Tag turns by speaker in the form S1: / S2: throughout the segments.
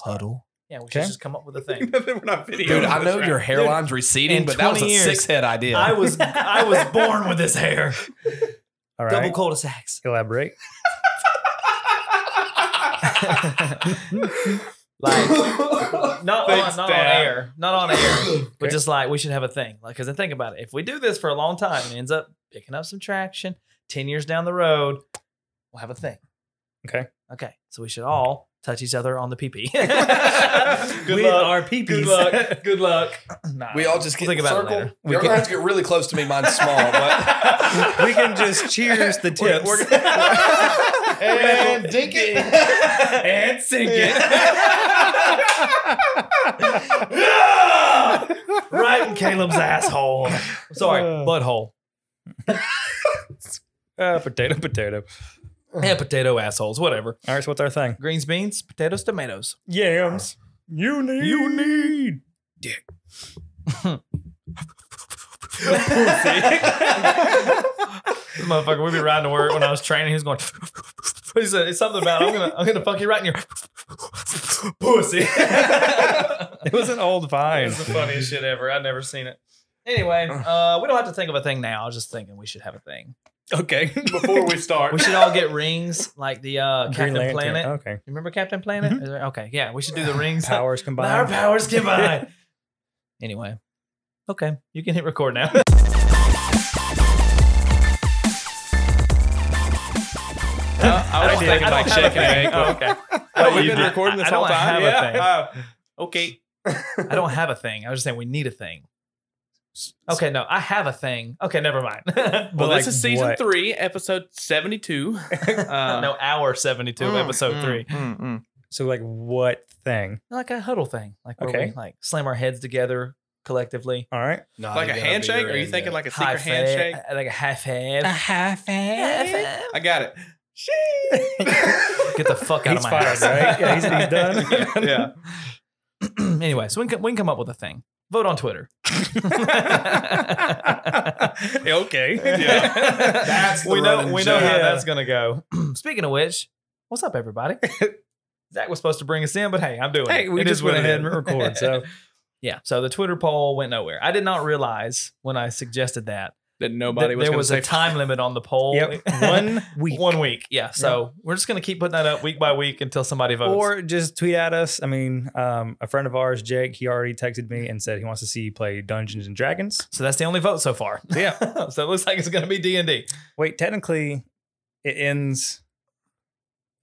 S1: Huddle.
S2: Yeah, we should
S1: Okay.
S2: just come up with a thing.
S3: We're not videoing
S1: Dude, I
S3: this,
S1: know
S3: right?
S1: your hairline's receding,
S2: in
S1: but that was a
S2: 20 years,
S1: six head idea.
S2: I was I was born with this hair.
S4: All right.
S2: Double cul-de-sacs.
S4: Elaborate.
S2: Like not
S3: Thanks,
S2: on not
S3: Dad.
S2: on air, not on air, but just like we should have a thing. Like, cause I think about it, if we do this for a long time, it ends up picking up some traction. Ten years down the road, we'll have a thing.
S4: Okay.
S2: Okay, so we should all touch each other on the PP.
S3: Good
S2: With
S3: luck.
S2: our peepees.
S3: Good luck. Good luck.
S2: Nah,
S1: we all just get
S2: we'll think about
S1: circle.
S2: it
S1: Your
S2: later.
S1: hands get really close to me. Mine's small, but
S4: We can just cheers the tips.
S1: we're-
S3: and dink it. and sink it.
S2: right in Caleb's asshole. Sorry, butthole.
S4: Uh, potato, potato.
S2: Yeah, potato assholes, whatever.
S4: All right, so what's our thing?
S2: Greens, beans, potatoes, tomatoes.
S4: Yams. You need. You need.
S2: This motherfucker would be riding to work when I was training. He was going, he said, it's something about, I'm going to I'm gonna fuck you right in your pussy.
S4: It was an old vine.
S2: It's the funniest shit ever. I've never seen it. Anyway, uh, we don't have to think of a thing now. I was just thinking we should have a thing.
S4: Okay.
S3: Before we start,
S2: We should all get rings like the uh, Captain
S4: Lantern. Oh.
S2: Planet.
S4: Okay.
S2: You remember Captain Planet? Is there- Okay, yeah, we should do the rings.
S4: Powers
S2: Our
S4: combined.
S2: powers combined. anyway, okay, you can hit record now.
S3: I was
S2: don't-
S3: thinking
S2: I don't
S3: like
S2: have a
S3: shake and
S2: thing.
S3: bake.
S2: Oh, okay.
S3: Oh, we've
S2: you
S3: been
S2: did-
S3: recording this
S2: I don't
S3: whole time.
S2: have a thing.
S3: Uh, okay.
S2: I don't have a thing. I was just saying we need a thing. Okay, no, I have a thing. Okay, never mind.
S3: Well,
S4: But
S3: this
S4: like
S3: is season
S4: what?
S3: three, episode seventy-two. Um,
S2: no, hour 72,
S3: Mm,
S2: episode
S3: mm,
S2: 3.
S3: mm, mm.
S4: So, like, what thing?
S2: Like a huddle thing. Like where
S4: Okay.
S2: we like slam our heads together collectively.
S4: All right.
S3: Like a handshake? Are you thinking like a
S2: uh, High
S3: secret handshake?
S2: five, uh, like a high five.
S4: high
S2: High five.
S3: I got it.
S2: Get the fuck out
S4: He's
S2: of my
S4: fired,
S2: house.
S4: right? Yeah, he's, he's done.
S3: yeah.
S2: anyway, so we can, we can come up with a thing. Vote on Twitter.
S4: okay.
S3: Yeah.
S1: That's the
S2: we know
S1: running
S2: we know how
S4: joke.
S2: that's gonna go. Speaking of which, what's up, everybody? Zach was supposed to bring us in, but hey, I'm doing.
S4: Hey,
S2: it.
S4: we
S2: It
S4: just
S2: is what
S4: went
S2: it
S4: ahead
S2: is.
S4: and recorded. So,
S2: yeah, so the Twitter poll went nowhere. I did not realize when I suggested that
S3: That nobody
S2: that
S3: was
S2: there
S3: gonna
S2: was
S3: say
S2: a time limit on the poll.
S4: yep. One week.
S2: One week, yeah. So we're just gonna keep putting that up week by week until somebody votes.
S4: Or just tweet at us. I mean, um, a friend of ours, Jake, he already texted me and said he wants to see you play Dungeons and Dragons.
S2: so that's the only vote so far.
S4: Yeah.
S2: so it looks like it's gonna be D and D.
S4: Wait, technically, it ends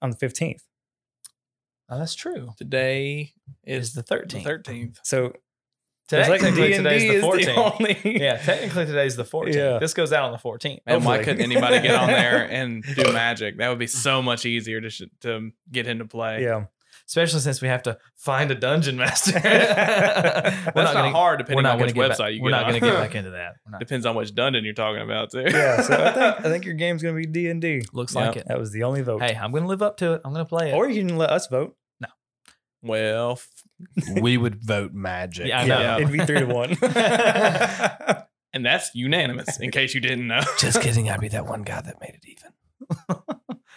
S4: on the 15th.
S2: Oh, that's true.
S3: today
S2: It's
S3: is
S2: the
S3: the
S2: thirteenth.
S3: thirteenth.
S4: So,
S2: Technically,
S4: D&D
S2: today's the
S4: is
S2: fourteenth.
S4: only-
S2: Yeah, technically today's the 14th.
S4: Yeah.
S2: This goes out on the 14th.
S3: And why
S4: Hopefully.
S3: couldn't anybody get on there and do magic? That would be so much easier to sh- to get into play.
S4: Yeah.
S2: Especially since we have to find a dungeon master. we're
S3: That's not, hard depending on
S2: gonna
S3: which
S2: get
S3: website
S2: back,
S3: you
S2: We're
S3: get
S2: not
S3: on.
S2: going to get back into that. We're not-
S3: Depends on which dungeon you're talking about too.
S4: Yeah. So, I think, I think your game's going to be D&D.
S2: looks
S3: Yeah.
S2: like it.
S4: That was the only vote.
S2: Hey, I'm going to live up to it. I'm going to play it.
S4: Or you can let us vote.
S3: well, f-
S1: we would vote magic.
S2: Yeah, I know.
S3: Yeah.
S4: It'd be three to one.
S3: and that's unanimous. In case you didn't know,
S1: Just kidding. I'd be that one guy that made it even.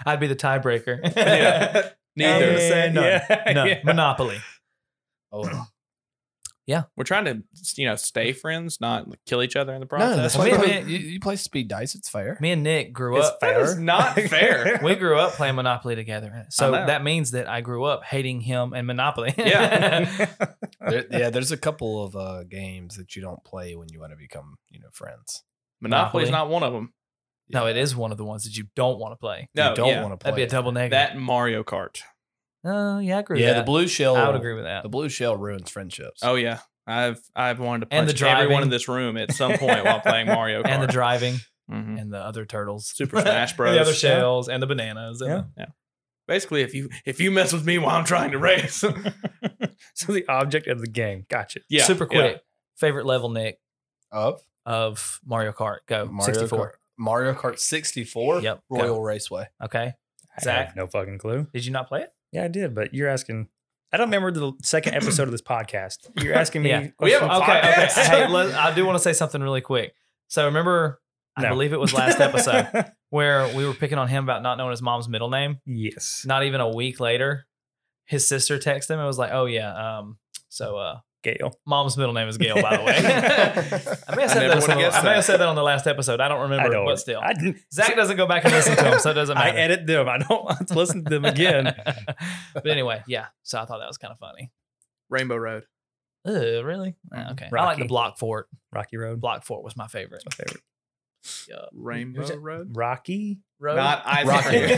S2: I'd be the tiebreaker.
S3: Yeah.
S2: I'm
S3: neither.
S2: gonna say
S4: And-
S2: none.
S4: yeah,
S2: No,
S4: yeah.
S2: Monopoly.
S1: Oh,
S3: We're trying to you know
S2: Mm.
S3: stay friends, not kill each other in the
S1: no, that's
S3: process.
S1: why
S2: Me-
S1: you,
S2: me-
S1: play, you, you play speed dice. It's fair.
S2: Me and Nick grew
S4: It's
S2: up.
S4: fair.
S3: That is not fair.
S2: We grew up playing Monopoly together. So
S3: I know.
S2: that means that I grew up hating him and Monopoly.
S3: Yeah.
S1: There- yeah, there's a couple of uh, games that you don't play when you want to become, you know, friends.
S3: Monopoly's
S2: Monopoly.
S3: not one of them.
S2: no, it is one of the ones that you don't want to play.
S3: No,
S1: you don't
S3: yeah.
S1: want to play.
S2: That'd be a double
S3: that.
S2: negative.
S3: and Mario Kart.
S2: Oh, yeah, I agree
S1: yeah,
S2: with
S1: the
S2: that.
S1: blue shell.
S2: I would agree with that.
S1: The blue shell ruins friendships.
S3: Oh yeah, I've I've wanted to
S2: And
S3: punch
S2: the driving.
S3: everyone in this room at some point while playing Mario Kart.
S2: And the driving
S3: Mhm.
S2: and the other turtles.
S3: Super Smash
S2: And the other
S3: Bros.
S2: shells and the bananas. And
S4: Yeah.
S2: the-
S3: Basically, if you if you mess with me while I'm trying to race,
S4: so the object of the game. Gotcha.
S3: yeah,
S2: Super
S3: yeah.
S2: quick. Favorite level, Nick,
S1: Of
S2: of Mario Kart. Go.
S1: Mario
S2: 64.
S1: Kart. Mario Kart 64.
S2: Uh, Yep, go.
S1: Royal Raceway.
S2: Okay.
S4: I
S2: Zach?
S4: have no fucking clue.
S2: Did you not play it?
S4: Yeah, I did, but you're asking. I don't remember the second episode of this podcast. You're asking me.
S2: Yeah.
S3: We have a
S4: questions.
S2: Okay. okay.
S3: podcast.
S2: Hey, let- I do want to say something really quick. So remember, I
S4: No.
S2: believe it was last episode where we were picking on him about not knowing his mom's middle name.
S4: yes.
S2: Not even a week later, his sister texted him and was like, "Oh yeah, um, so uh,
S4: Gail.
S2: mom's middle name is Gail, by the way." I may have said
S3: I never
S2: that. on
S3: would've
S2: the-
S3: guessed
S2: I may have
S3: that.
S2: said that on the last episode. I don't remember,
S4: I don't.
S2: but still,
S4: I, didn't-
S2: Zach doesn't go back and listen to them, so it doesn't
S4: I
S2: matter.
S4: edit them. I don't want to listen to them again.
S2: but anyway, yeah. So I thought that was kind of funny.
S3: Rainbow Road.
S2: Ugh, really? Ah, Okay. I like
S4: Rocky.
S2: the Block Fort.
S4: Rocky Road.
S2: Block Fort was my favorite.
S4: My favorite.
S3: Rainbow
S2: Who's that?
S3: Road.
S4: Rocky.
S2: Road.
S3: Not ice
S1: Rocky.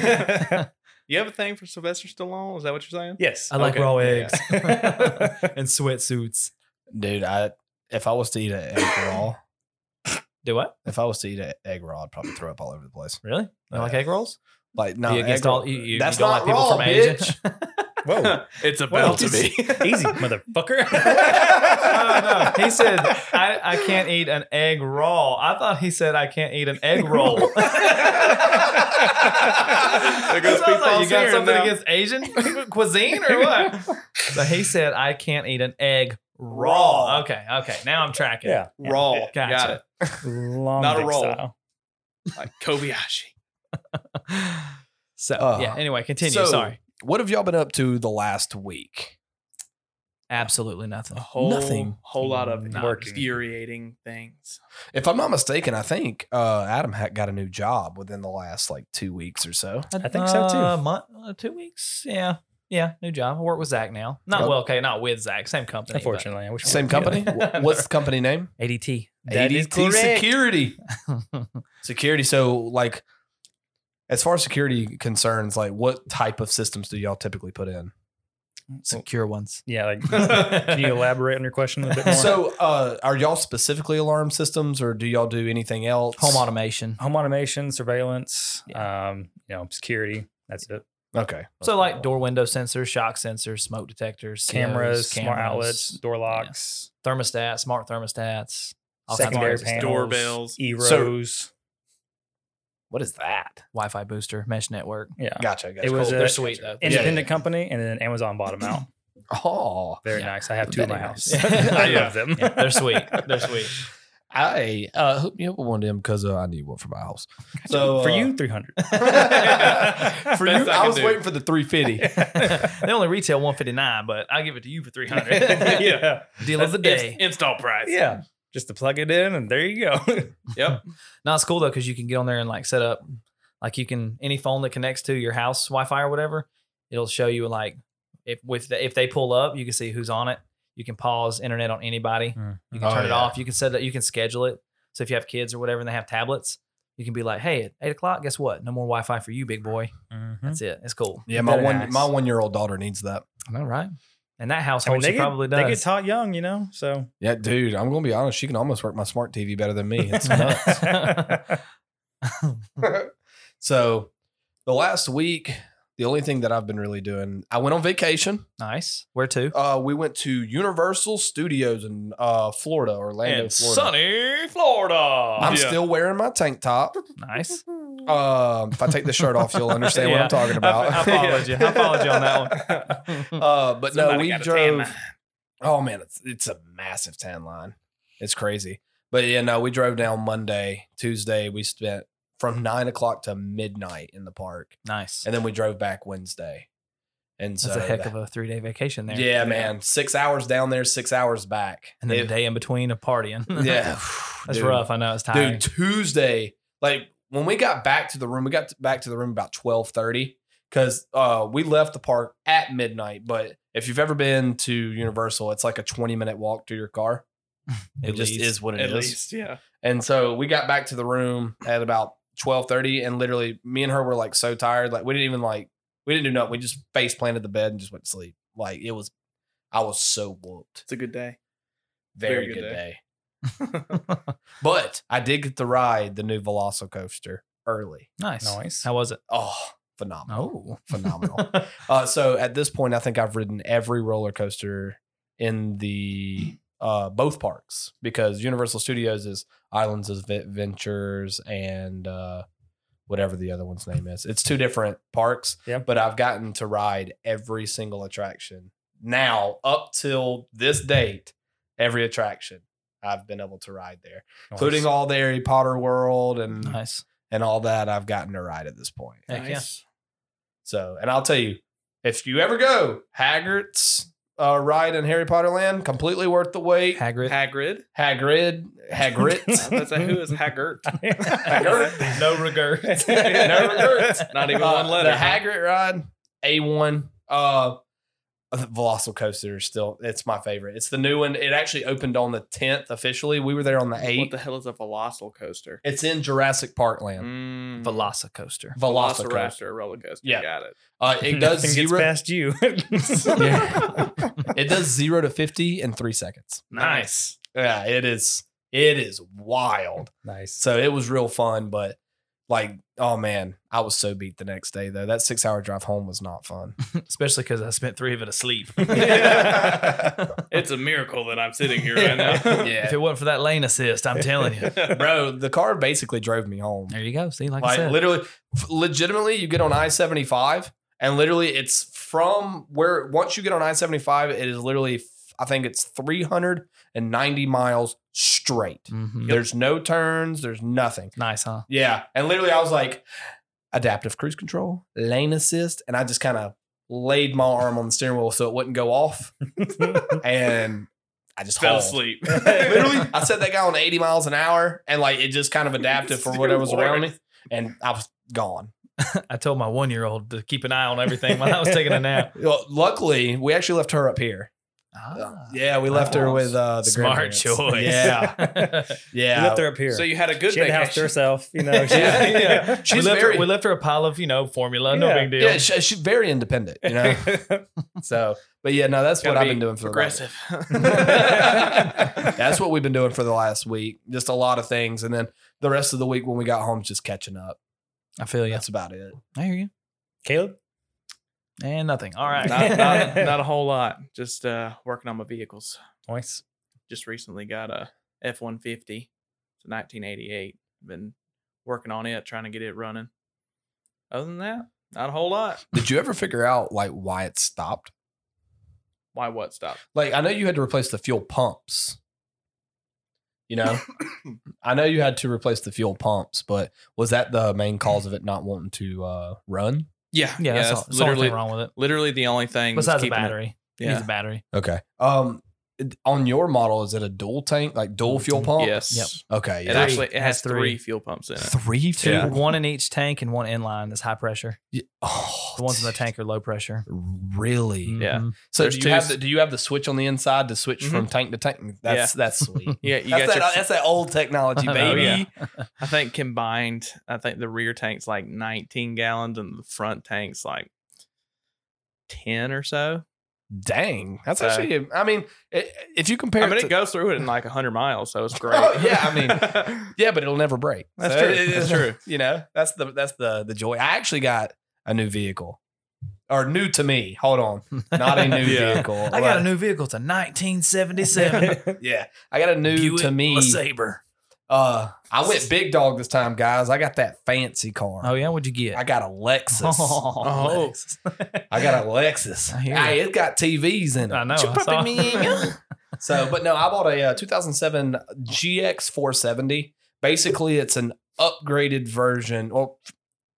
S3: cream. you have a thing for Sylvester Stallone? Is that what you're saying?
S4: Yes.
S2: I like
S3: Okay.
S2: raw
S3: Yeah.
S2: eggs and sweatsuits.
S1: Dude, I if I was to eat an egg raw,
S2: Do what?
S1: if I was to eat an egg raw, I'd probably throw up all over the place.
S2: Really? You
S1: Yeah.
S2: like egg rolls?
S1: Like no,
S2: you against
S1: egg
S2: all
S1: roll-
S2: you, you,
S1: that's
S2: you
S1: not
S2: don't like people
S1: raw,
S2: from
S1: bitch.
S2: Asia?
S4: Whoa.
S2: Oh.
S3: it's
S4: Well,
S3: about to
S4: just-
S3: be.
S4: Easy, motherfucker.
S2: no, no. He said I, I can't eat an egg roll. I thought he said I can't eat an egg roll. there
S3: goes Pete
S2: you got
S3: Paul's hearing
S2: something
S3: now.
S2: against Asian cuisine or what? So he said I can't eat an egg raw.
S3: Raw.
S2: Okay, okay. Now I'm tracking.
S4: yeah.
S3: Raw.
S2: Gotcha.
S3: Got it.
S4: Long
S3: Not a
S4: dick
S3: roll.
S4: style.
S3: Like Kobayashi.
S2: So
S1: Uh,
S2: yeah. Anyway, continue.
S1: so-
S2: Sorry.
S1: What have y'all been up to the last week?
S2: Absolutely nothing.
S3: A whole,
S1: Nothing.
S3: whole lot of
S4: Not working.
S3: infuriating things.
S1: If I'm not mistaken, I think uh, Adam had got a new job within the last like two weeks or so.
S4: I think so, too.
S2: A month, uh, two weeks. Yeah, yeah. New job. I work with Zach now. Not
S1: Well-
S2: well. Okay, not with Zach. Same company. but-
S4: Unfortunately, I wish we
S1: Same
S4: were
S1: company.
S4: together.
S1: Wh- What's the company name?
S2: ADT.
S4: That is
S1: ADT
S4: correct.
S1: Security. Security. So like, as far as security concerns, like what type of systems do y'all typically put in?
S2: Secure ones.
S4: Yeah, like
S2: Can
S4: can you elaborate on your question a bit more?
S1: So uh, are y'all specifically alarm systems, or do y'all do anything else?
S2: home automation?
S4: home automation, surveillance, um, you know, security. That's it.
S1: Okay.
S2: So like door window sensors, shock sensors, smoke detectors,
S4: Cameras,
S2: COs,
S4: smart
S2: cameras,
S4: outlets, door locks,
S2: thermostats, smart thermostats, all kinds of
S4: secondary
S2: crazy stuff.
S4: panels,
S3: Doorbells.
S4: eros.
S1: What is that?
S2: Wi-Fi booster, mesh network.
S4: yeah,
S1: Gotcha. gotcha.
S4: It was
S1: Cool.
S4: a-
S2: They're sweet though.
S1: yeah, yeah.
S4: independent company, and then Amazon bought them out.
S1: oh.
S4: Very
S2: Yeah.
S4: nice. I have two in my
S1: Very
S4: house.
S1: nice.
S4: I
S2: Yeah.
S4: love them.
S2: Yeah, they're sweet. They're sweet.
S1: I uh, hooked me up with one of them because uh, I need one for my house. So
S4: for
S1: uh,
S4: you, three hundred.
S1: for you,
S3: Best I
S1: I,
S3: can
S1: was
S3: do.
S1: waiting for the 350.
S2: they only retail 159, but I'll give it to you for 300.
S4: yeah,
S2: Deal of the day.
S3: Inst- install price.
S4: yeah. Just to plug it in, and there you go.
S3: Yep.
S2: No, it's cool though because you can get on there and like set up, like you can any phone that connects to your house Wi-Fi or whatever, it'll show you like if with the, if they pull up, you can see who's on it. You can pause internet on anybody. You can
S1: Oh,
S2: turn it
S1: yeah.
S2: off. You can set that. You can schedule it. So if you have kids or whatever and they have tablets, you can be like, hey, at eight o'clock, guess what? No more Wi-Fi for you, big boy. That's it. It's cool.
S1: Yeah, my
S4: Very
S1: one
S4: nice.
S1: my one year old daughter needs that.
S2: I know, right? And that
S4: I
S2: household
S4: mean, they
S2: she
S4: get,
S2: probably
S4: they get
S2: does.
S4: taught young, you know. So
S1: Yeah, dude, I'm gonna be honest. She can almost work my smart TV better than me. It's nuts.
S2: nuts. Mm-hmm.
S1: so, the last week, the only thing that I've been really doing, I went on vacation.
S2: nice. Where to?
S1: Uh, we went to Universal Studios in uh, Florida, Orlando,
S3: And
S1: Florida.
S3: sunny Florida.
S1: I'm
S3: Yeah.
S1: still wearing my tank top.
S2: Nice.
S1: Um, if I take this shirt off, you'll understand what
S2: Yeah.
S1: I'm talking
S2: I,
S1: about.
S2: I followed you. I followed you on that one.
S1: Uh, but no,
S3: Somebody
S1: we
S3: got a tan
S1: drove.
S3: line.
S1: Oh man, it's it's a massive tan line. It's crazy. But yeah, no, we drove down Monday, Tuesday. We spent from nine o'clock to midnight in the park,
S2: Nice.
S1: and then we drove back Wednesday. And so
S2: That's a heck of a three day vacation there.
S1: yeah, man, six hours down there, six hours back,
S2: And then a
S1: It-
S2: day in between of partying.
S1: yeah,
S2: That's
S1: dude.
S2: rough. I know it's tiring.
S1: dude. Tuesday, like when we got back to the room, we got t- back to the room about twelve thirty because uh, we left the park at midnight. But if you've ever been to Universal, it's like a twenty minute walk to your car. It
S2: At
S1: just
S2: least.
S1: is what it
S3: At
S1: is.
S3: least, yeah.
S1: And so we got back to the room at about twelve thirty, and literally, me and her were like so tired, like we didn't even like we didn't do nothing. We just face planted the bed and just went to sleep. Like it was, I was so whooped.
S3: It's a good day.
S1: Very, good, day. But I did get to ride the new Velocicoaster early.
S2: nice.
S4: Nice.
S2: How was it?
S1: Oh, phenomenal!
S2: Oh.
S1: Phenomenal. Uh, so at this point, I think I've ridden every roller coaster in the uh, both parks because Universal Studios is Islands of Ventures and uh, whatever the other one's name is. It's two different parks,
S4: Yeah.
S1: but I've gotten to ride every single attraction now up till this date. Every attraction I've been able to ride there, including all the Harry Potter World and
S2: nice.
S1: and all that I've gotten to ride at this point.
S2: Heck yeah.
S3: Nice.
S1: So, and I'll tell you, If you ever go Hagrid's uh, ride in Harry Potter Land, completely worth the wait.
S2: Hagrid.
S3: Hagrid.
S1: Hagrid, Hagrid,
S3: That's a, who is Hagrid?
S1: Hagrid.
S2: no regrets.
S1: No regrets.
S3: Not even
S1: Uh,
S3: one letter.
S1: The Hagrid ride, A one. Uh, the Velocicoaster is still it's my favorite. It's the new one. It actually opened on the tenth officially. We were there on the
S3: What
S1: eighth.
S3: the hell is a Velocil coaster?
S1: It's in Jurassic Park Land.
S3: Mm,
S2: Velocicoaster.
S1: Velocicoaster.
S3: Velociraptor roller coaster.
S1: Yeah.
S3: Got it.
S1: Uh, it does
S4: Nothing gets
S1: zero.
S4: past you.
S1: Yeah. It does zero to fifty in three seconds.
S3: Nice.
S1: Yeah, it is. It is wild.
S4: nice.
S1: So it was real fun, but like, oh man, I was so beat the next day though. That six hour drive home was not fun.
S2: Especially because I spent three of it asleep.
S3: It's a miracle that I'm sitting here right now.
S1: Yeah.
S2: If it wasn't for that lane assist, I'm telling you.
S1: Bro, the car basically drove me home.
S2: There you go. See, like, I
S1: Like
S2: said,
S1: literally, f- legitimately, you get on I seventy five, and literally, it's from where once you get on I seventy five, it is literally, f- I think it's three hundred and ninety miles straight.
S2: Mhm.
S1: There's no turns. There's nothing.
S2: nice, huh?
S1: Yeah, and literally, I was like, adaptive cruise control, lane assist, and I just kind of laid my arm on the steering wheel so it wouldn't go off, and I just
S3: Fell
S1: hauled.
S3: asleep.
S1: Literally, I set that guy on 80 miles an hour, and like it just kind of adapted for
S3: Dear
S1: whatever was around
S3: Lord.
S1: me, and I was gone.
S2: I told my one year old to keep an eye on everything while I was taking a nap.
S1: Well, luckily, we actually left her up here.
S2: Ah,
S1: yeah, we left her with uh, the
S2: smart
S1: grandparents.
S2: choice.
S1: Yeah,
S4: We
S1: yeah.
S4: left her up here.
S3: So you had a good
S4: she had the house to
S3: vacation.
S4: herself. You know, she,
S1: Yeah,
S2: yeah.
S1: She's
S2: we, left
S1: very-
S2: her, we left her a pile of, you know, formula. No
S4: Yeah.
S2: big deal.
S1: yeah. She, she's very independent, you know. so, but yeah, no, that's
S3: Gotta
S1: what I've
S3: be
S1: been doing for the last.
S3: Progressive.
S1: That's what we've been doing for the last week. Just a lot of things, and then the rest of the week when we got home, just catching up.
S2: I feel you.
S1: That's about it.
S2: I hear you.
S4: Caleb.
S2: And nothing. All right.
S3: not, not, not a whole lot. Just uh, working on my vehicles.
S4: Nice.
S3: Just recently got a F one fifty. It's a nineteen eighty eight. Been working on it, trying to get it running. Other than that, not a whole lot.
S1: Did you ever figure out like why it stopped?
S3: Why what stop?
S1: Like I know you had to replace the fuel pumps. You know, I know you had to replace the fuel pumps, but was that the main cause of it not wanting to uh, run?
S3: Yeah,
S2: yeah, that's, all, that's the only
S3: literally,
S2: thing wrong with it.
S3: literally the only thing was
S2: Besides the
S3: keeping it-
S2: battery. It
S3: Yeah.
S2: needs a battery.
S1: Okay. Um, it- on your model, is it a dual tank, like dual fuel pump?
S3: Yes.
S2: Yep.
S1: Okay.
S3: It
S1: Yeah.
S3: actually it
S2: It
S3: has
S2: has
S3: three.
S2: three.
S3: fuel pumps in it.
S1: Three,
S2: Two,
S1: fuel-
S2: one in each tank and one inline that's high pressure.
S1: Yeah. Oh,
S2: The ones in the tank are low pressure.
S1: Really?
S3: Yeah.
S2: Mhm.
S1: So
S3: There's
S1: do you
S3: two
S1: have
S3: s-
S1: the, do you have the switch on the inside to switch
S3: Mhm.
S1: from tank to tank? That's that's sweet.
S3: Yeah, you
S1: that's,
S3: got
S1: that,
S3: your.
S1: that's that old technology,
S2: Oh,
S1: baby.
S3: I think combined, I think the rear tank's like 19 gallons and the front tank's like 10 or so.
S1: Dang, that's
S3: So-
S1: actually. I mean, i if you compare,
S3: I
S1: it
S3: mean,
S1: to-
S3: it goes through it in like 100 miles, so it's great.
S1: Oh, yeah, I mean- Yeah, but it'll never break.
S3: That's
S1: So
S3: true.
S1: It is
S3: That's
S1: true. You know, that's the that's the the joy. I actually got a new vehicle, or new to me. Hold on, not a new
S3: Yeah.
S1: vehicle.
S2: I got a new vehicle. It's a 1977
S1: Yeah, I got a new
S2: Buick
S1: to me.
S2: LeSabre.
S1: Uh, I went big dog this time, guys. I got that fancy car.
S2: Oh yeah, what'd you get?
S1: I got a Lexus.
S2: Oh, Lexus.
S1: I got a Lexus.
S2: I hear
S1: Hey,
S2: you.
S1: it's got TVs in it.
S2: I know.
S1: You
S2: I
S1: puppy
S2: saw-
S1: me. so, but no, I bought a uh, 2007 GX 470. Basically, it's an upgraded version. Well,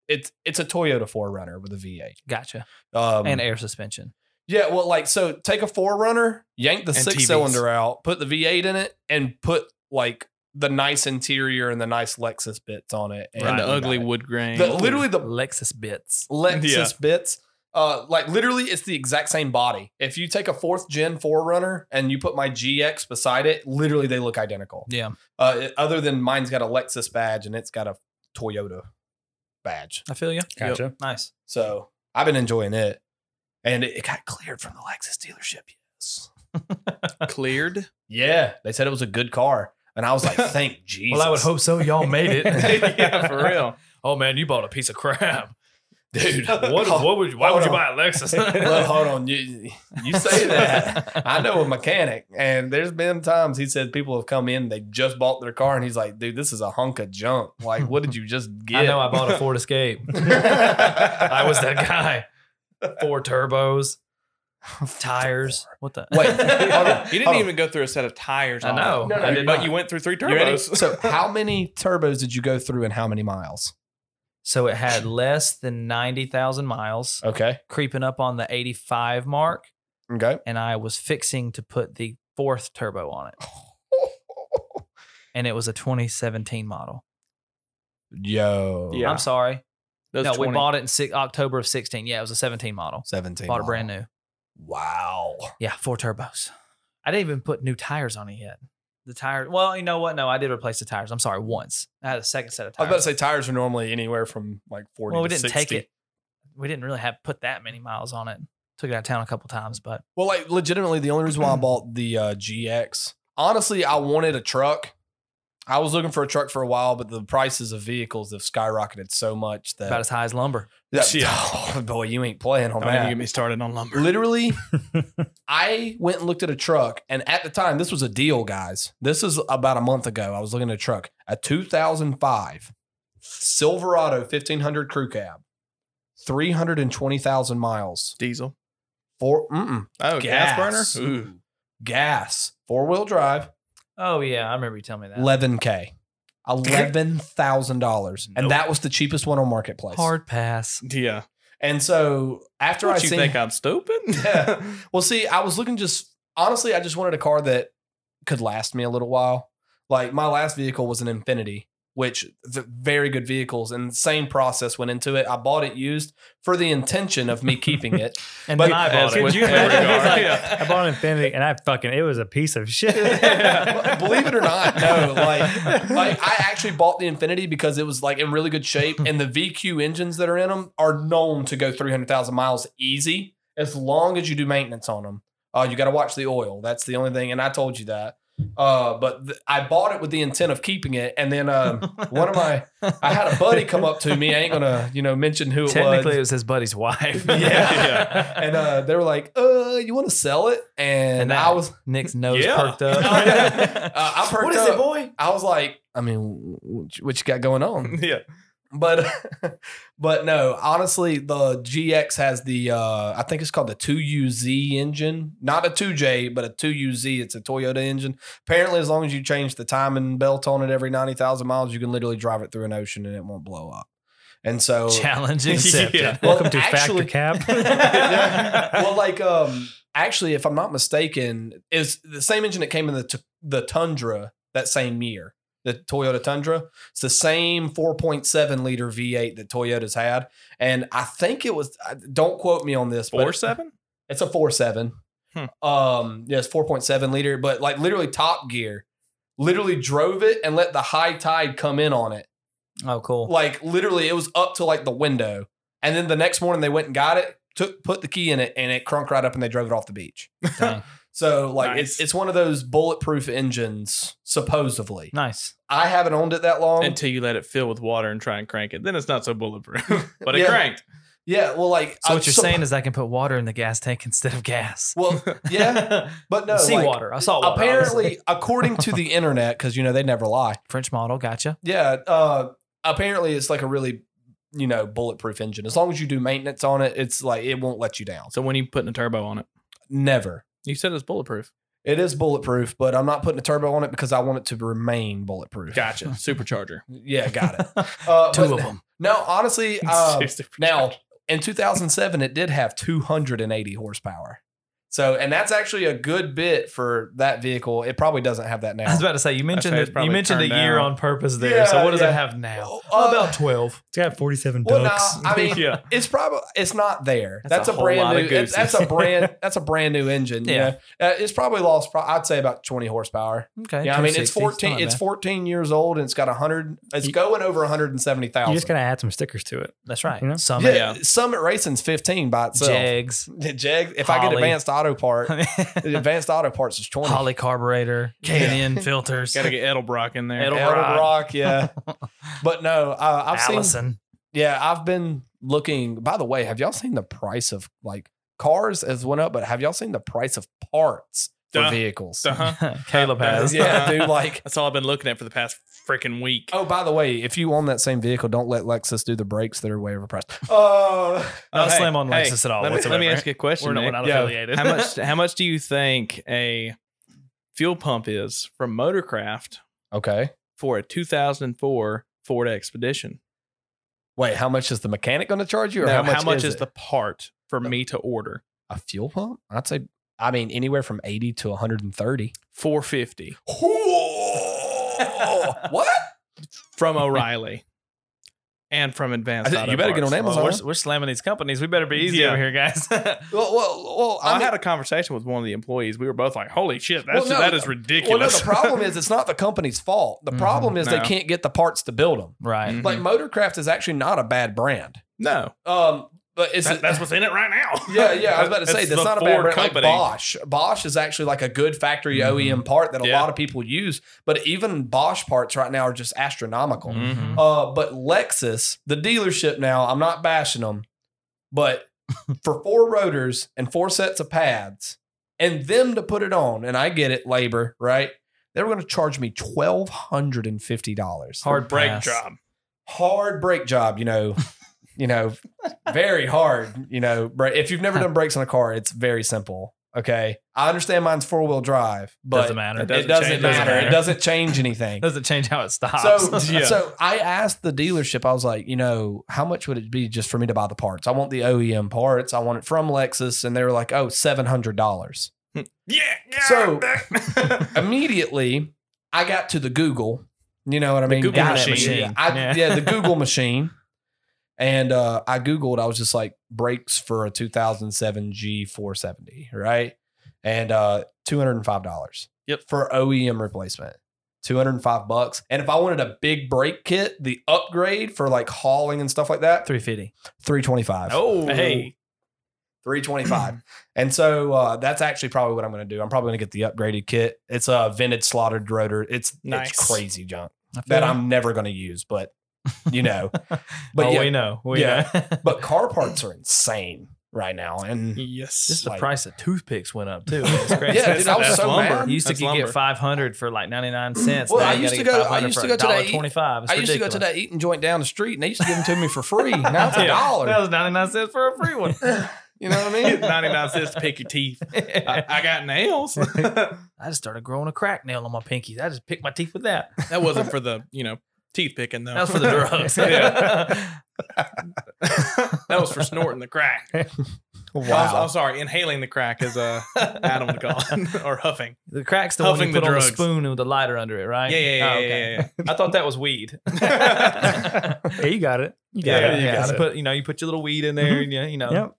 S1: it's it's a Toyota 4Runner with a V8.
S2: Gotcha.
S1: Um,
S2: and air suspension.
S1: yeah, well, like so, take a 4Runner, yank the
S3: And
S1: six cylinder out, put the V8 in it, and put like the nice interior and the nice Lexus bits on it, and
S3: And the
S1: you got
S3: ugly
S1: it.
S3: wood grain.
S1: The- literally the
S2: Lexus bits.
S1: Lexus
S3: Yeah.
S1: bits. Uh, like literally, it's the exact same body. If you take a fourth gen Forerunner and you put my GX beside it, literally they look identical.
S2: Yeah,
S1: Uh, it- other than mine's got a Lexus badge and it's got a Toyota badge.
S2: I feel you.
S4: Gotcha.
S2: Nice.
S1: So I've been enjoying it, and it, it got cleared from the Lexus dealership. Yes.
S3: cleared.
S1: Yeah, they said it was a good car, and I was like, thank Jesus.
S2: Well, I would hope so. Y'all made it.
S3: yeah, for real.
S2: Oh man, you bought a piece of crap,
S1: dude.
S2: What?
S1: hold,
S2: what would? you- Why
S1: hold
S2: would you
S1: on.
S2: buy a Lexus?
S1: look, hold on, you you say that. I know a mechanic, and there's been times he said people have come in, they just bought their car, and he's like, "Dude, this is a hunk of junk. Like, what did you just get?"
S2: I know. I bought a Ford Escape. I was that guy. Four turbos, tires. What the?
S1: Wait, hold on.
S3: You didn't
S1: Hold on.
S3: even go through a set of tires.
S2: I
S3: on
S2: know.
S3: it.
S1: No, no,
S2: I
S1: you
S2: did
S3: but
S2: not.
S3: you went through three
S1: You ready?
S3: turbos.
S1: So, how many turbos did you go through, and how many miles?
S2: So it had less than 90,000 miles,
S1: Okay.
S2: creeping up on the 85 mark.
S1: Okay.
S2: And I was fixing to put the fourth turbo on it. And it was a 2017 model.
S1: Yo.
S3: Yeah.
S2: I'm sorry.
S3: Those
S2: no,
S3: 20
S2: we bought it in six, October of 16. Yeah, it was a 17 model.
S1: 17.
S2: Bought it brand new.
S1: Wow.
S2: Yeah, four turbos. I didn't even put new tires on it yet. The tire. Well, you know what? No, I did replace the tires. I'm sorry, once. I had a second set of
S1: I was
S2: tires.
S1: about to say tires are normally anywhere from like 40
S2: well,
S1: to
S2: we didn't
S1: 60.
S2: take it. We didn't really have put that many miles on it. Took it out of town a couple times, but
S1: Well, like legitimately, the only reason why I bought the uh, GX, honestly, I wanted a truck. I was looking for a truck for a while, but the prices of vehicles have skyrocketed so much that,
S2: about as high as lumber.
S1: that- oh, boy, you ain't playing on
S3: Don't even
S1: that.
S3: get me started on lumber.
S1: Literally, I went and looked at a truck, and at the time, this was a deal, guys. This is about a month ago. I was looking at a truck, a 2005 Silverado 1500 crew cab, 320,000 miles,
S3: Diesel.
S1: four mm-mm,
S3: Oh,
S1: Gas.
S3: gas, burner. Ooh.
S1: gas, four wheel drive,
S2: Oh yeah, I remember you telling me that.
S1: 11K, $11,000. And
S3: Nope.
S1: that was the cheapest one on Marketplace.
S2: Hard pass.
S3: Yeah.
S1: And so after
S3: What
S1: I
S3: you
S1: seen,
S3: think I'm stupid?
S1: Yeah. Well, see, I was looking just honestly, I just wanted a car that could last me a little while. Like my last vehicle was an Infinity, which the very good vehicles and the same process went into it. I bought it used for the intention of me keeping it.
S2: And
S1: But-
S2: then I bought
S3: Could
S2: it.
S4: Could
S3: with
S4: you
S3: every
S4: imagine? He's
S3: guard.
S4: like,
S3: Yeah.
S4: I bought an Infinity and I fucking, it was a piece of shit.
S1: Believe it or not, no, like like I actually bought the Infinity because it was like in really good shape and the VQ engines that are in them are known to go 300,000 miles easy as long as you do maintenance on them. Uh, you got to watch the oil. That's the only thing and I told you that. Uh, but th- I bought it with the intent of keeping it and then um, one of my I had a buddy come up to me. I ain't going to, you know, mention who it was
S2: Technically, it was his buddy's wife.
S1: Yeah.
S3: Yeah.
S1: and uh, they were like, "Uh, you want to sell it?" And,
S2: And
S1: I
S2: that-
S1: was,
S2: Nick's nose
S3: Yeah.
S2: perked up.
S1: Oh, yeah. uh, I perked up.
S3: boy?
S1: I was like, I mean, what you- what you got going on?
S3: Yeah.
S1: But, but no, honestly, the GX has the uh, I think it's called the two UZ engine, not a two J, but a two UZ. It's a Toyota engine. Apparently, as long as you change the timing belt on it every ninety thousand miles, you can literally drive it through an ocean and it won't blow up. And so,
S2: Challenge accepted.
S3: Yeah.
S4: Welcome to
S1: Actually-
S4: Factor Cap.
S1: Yeah. well, like um, actually, if I'm not mistaken, is the same engine that came in the t- the Tundra that same year, the Toyota Tundra. It's the same 4.7 liter V8 that Toyota's had, and I think it was. I- Don't quote me on this. but
S3: Four seven? Hmm.
S1: It's a four seven. Um, yes, 4.7 liter, but like literally Top Gear, literally drove it and let the high tide come in on it
S2: Oh, cool.
S1: like literally it was up to like the window and then the next morning they went and got it took put the key in it and it crunk right up and they drove it off the beach
S2: Dang.
S1: so like
S3: Nice.
S1: it's it's one of those bulletproof engines supposedly
S2: Nice.
S1: i haven't owned it that long
S3: Until you let it fill with water and try and crank it. Then it's not so bulletproof. but it
S1: Yeah.
S3: cranked.
S1: yeah well like
S2: So
S1: I-
S2: what you're saying is I can put water in the gas tank instead of gas.
S1: well yeah but no like,
S2: Seawater. I saw water.
S1: apparently
S2: obviously.
S1: according to the internet because you know they never lie
S2: French model. Gotcha.
S1: yeah uh apparently it's like a really you know bulletproof engine as long as you do maintenance on it it's like it won't let you down
S3: So when you putting a turbo on it,
S1: never
S3: you said it's bulletproof.
S1: It is bulletproof, but I'm not putting a turbo on it because I want it to remain bulletproof.
S3: Gotcha. Supercharger.
S1: Yeah, got it. Uh,
S2: Two
S1: but
S2: of them.
S1: No, honestly, um,
S3: Supercharger.
S1: now in 2007, it did have 280 horsepower. So, and that's actually a good bit for that vehicle. It probably doesn't have that
S2: I was
S1: now.
S2: about to say you mentioned
S3: why
S2: it,
S3: it's
S2: you
S3: probably
S2: mentioned a
S3: turned
S2: year
S3: down.
S2: on purpose there.
S1: Yeah,
S2: so what does
S1: yeah.
S2: it have now?
S1: Uh,
S2: about twelve.
S4: It's got 47
S1: Well, nah,
S4: ducks.
S1: I mean,
S3: yeah.
S1: It's probably it's not there. That's,
S3: That's a
S1: a,
S3: whole
S1: brand
S3: lot of
S1: new. That's, that's a
S3: gooses.
S1: brand. That's a brand new engine. Yeah,
S2: Yeah.
S1: Uh, it's probably lost. Pro- I'd say about 20 horsepower.
S2: Okay.
S1: Yeah, I mean it's
S2: 260, not
S1: 14. It's
S2: bad.
S1: 14 years old and it's got 100. It's
S4: You-
S1: going over 170 thousand.
S4: you just gotta add some stickers to it.
S2: That's right.
S4: You know?
S2: Summit.
S1: Yeah, Summit Racing's 15 by itself.
S2: Jags.
S1: Jag, if I get
S2: Holly.
S1: advanced auto part, advanced auto parts is 20.
S2: Holly carburetor.
S1: Yeah.
S2: Canyon filters.
S3: Gotta get Edelbrock in there.
S2: Edel-
S1: Elder
S2: Edelrod.
S1: Rock, yeah. but no, uh, I've seen.
S2: Allison.
S1: Yeah, I've been looking. By the way, have y'all seen the price of like cars has went up, but have y'all seen the price of parts for
S3: Duh.
S1: vehicles?
S3: Uh-huh.
S2: Caleb has.
S1: Yeah, dude. Like,
S3: That's all I've been looking at for the past freaking week.
S1: oh, by the way, if you own that same vehicle, don't let Lexus do the brakes that are way overpriced. Uh,
S2: Not
S3: Oh, hey,
S2: slam on
S3: hey,
S2: Lexus at all.
S3: Let me, let
S2: whatsoever.
S3: me ask you a question.
S2: We're not, we're
S3: Nick.
S2: not
S1: Yeah.
S2: affiliated.
S3: how much how much do you think a fuel pump is from Motorcraft
S1: okay.
S3: for a 2004 Ford Expedition?
S1: Wait, how much is the mechanic going to charge you, or
S3: No,
S1: how much,
S3: is,
S1: it?
S3: the part for me to order?
S1: a fuel pump? I'd say, I mean, anywhere from eighty to one hundred and thirty.
S3: Four fifty
S1: what?
S3: from O'Reilly, and from Advanced.
S1: I said,
S3: Auto
S1: you better get
S3: Parts.
S1: on Amazon.
S2: Well, we're, we're slamming these companies. We better be easy
S3: Yeah.
S2: over here, guys.
S1: Well, well, well
S3: I, had a conversation with one of the employees. We were both like, "Holy shit, that's
S1: Well, no,
S3: that is
S1: well, no,
S3: ridiculous." Mm-hmm.
S1: the problem is it's not the company's fault. The
S2: Mhm.
S1: problem is they
S3: No. Mm-hmm.
S1: can't get the parts to build them.
S2: right.
S1: Like Motorcraft is actually not a bad brand.
S3: no,
S1: Um, but it's
S3: That- that's what's in it right now.
S1: yeah, yeah. I was about to say that's
S3: the
S1: not a bad
S3: Ford
S1: brand. Like Bosch, Bosch is actually like a good factory
S2: Mhm.
S1: OEM part that a
S3: Mm-hmm. Yeah.
S1: lot of people use. But even Bosch parts right now are just astronomical.
S3: Mhm.
S1: Uh, but Lexus, the dealership now, I'm not bashing them, but for four rotors and four sets of pads and them to put it on, and I get it, labor, right? They were going to charge me $1,250. Hard,
S2: Hard
S3: brake
S2: pass.
S3: job.
S1: hard brake job, you know, you know, very hard, you know, bra- if you've never done brakes on a car, it's very simple. Okay. I understand mine's four wheel drive, but
S2: doesn't matter.
S3: it
S1: it
S3: doesn't
S1: doesn't, matter.
S3: change- doesn't
S1: It
S3: matter.
S1: doesn't change anything.
S2: Doesn't change how it stops.
S1: So,
S3: Yeah.
S1: so I asked the dealership, I was like, you know, how much would it be just for me to buy the parts? I want the OEM parts. I want it from Lexus. And they were like, oh, $700.
S3: Yeah. yeah
S1: So-
S3: that-
S1: Immediately, I got to the Google. You know what I mean?
S3: Google
S1: Got it.
S3: machine.
S1: Yeah, I-
S2: Yeah.
S1: yeah, the Google machine. And uh, I Googled, I was just like, brakes for a 2007 G470, right? And uh, $205.
S3: Yep.
S1: For OEM replacement. 205 bucks. And if I wanted a big brake kit, the upgrade for like hauling and stuff like that,
S2: 350.
S1: 325.
S2: Oh,
S3: hey,
S1: 325. and so uh, that's actually probably what I'm going to do. I'm probably going to get the upgraded kit. It's a vented slaughtered rotor. It's
S3: Nice.
S1: it's crazy junk that I'm never going to use, but you know.
S2: But
S1: but
S2: oh,
S1: yeah,
S2: we know. We
S1: Yeah.
S2: know.
S1: but car parts are insane right now and
S2: Just
S3: yes.
S2: the
S1: like-
S2: price of toothpicks went up too. It's crazy.
S1: Yeah, dude, I was
S3: That's
S1: so
S3: lumber.
S1: mad.
S2: You used to
S3: That's
S2: get,
S3: lumber.
S2: get 500 for like 99 cents.
S1: Well,
S2: Now
S1: I
S2: you
S1: used
S2: gotta
S1: to
S2: get
S1: go- I
S2: 500
S1: used
S2: for
S1: to go to that-
S2: $1.25. It's
S1: I used to go
S2: ridiculous.
S1: to that eating joint down the street and they used to give them to me for free. Now it's a
S3: Yeah.
S1: dollar.
S2: That was 99 cents for a free one.
S1: you know what I mean?
S3: 99 cents to pick your teeth. I, I got nails. that
S2: I just started growing a crack nail on my pinky. I just picked my teeth with that.
S3: wasn't for the, you know, teeth picking though.
S2: That was for the drugs.
S3: yeah. That was for snorting the crack. I'm, I'm sorry, inhaling the crack is uh, Adam would call it, or huffing.
S2: The crack's the one you
S3: Huffing the
S2: put on the
S3: drugs.
S2: spoon with a lighter under it, right?
S3: Yeah, yeah, yeah,
S2: Oh,
S3: yeah,
S2: okay.
S3: yeah,
S2: I thought that was weed.
S3: Yeah,
S4: Hey, you got it. You
S2: Yeah,
S4: got
S2: yeah,
S4: it. You got
S2: So
S4: it.
S2: Put, you know, you put your little weed in there, and you, you know.
S4: Yep.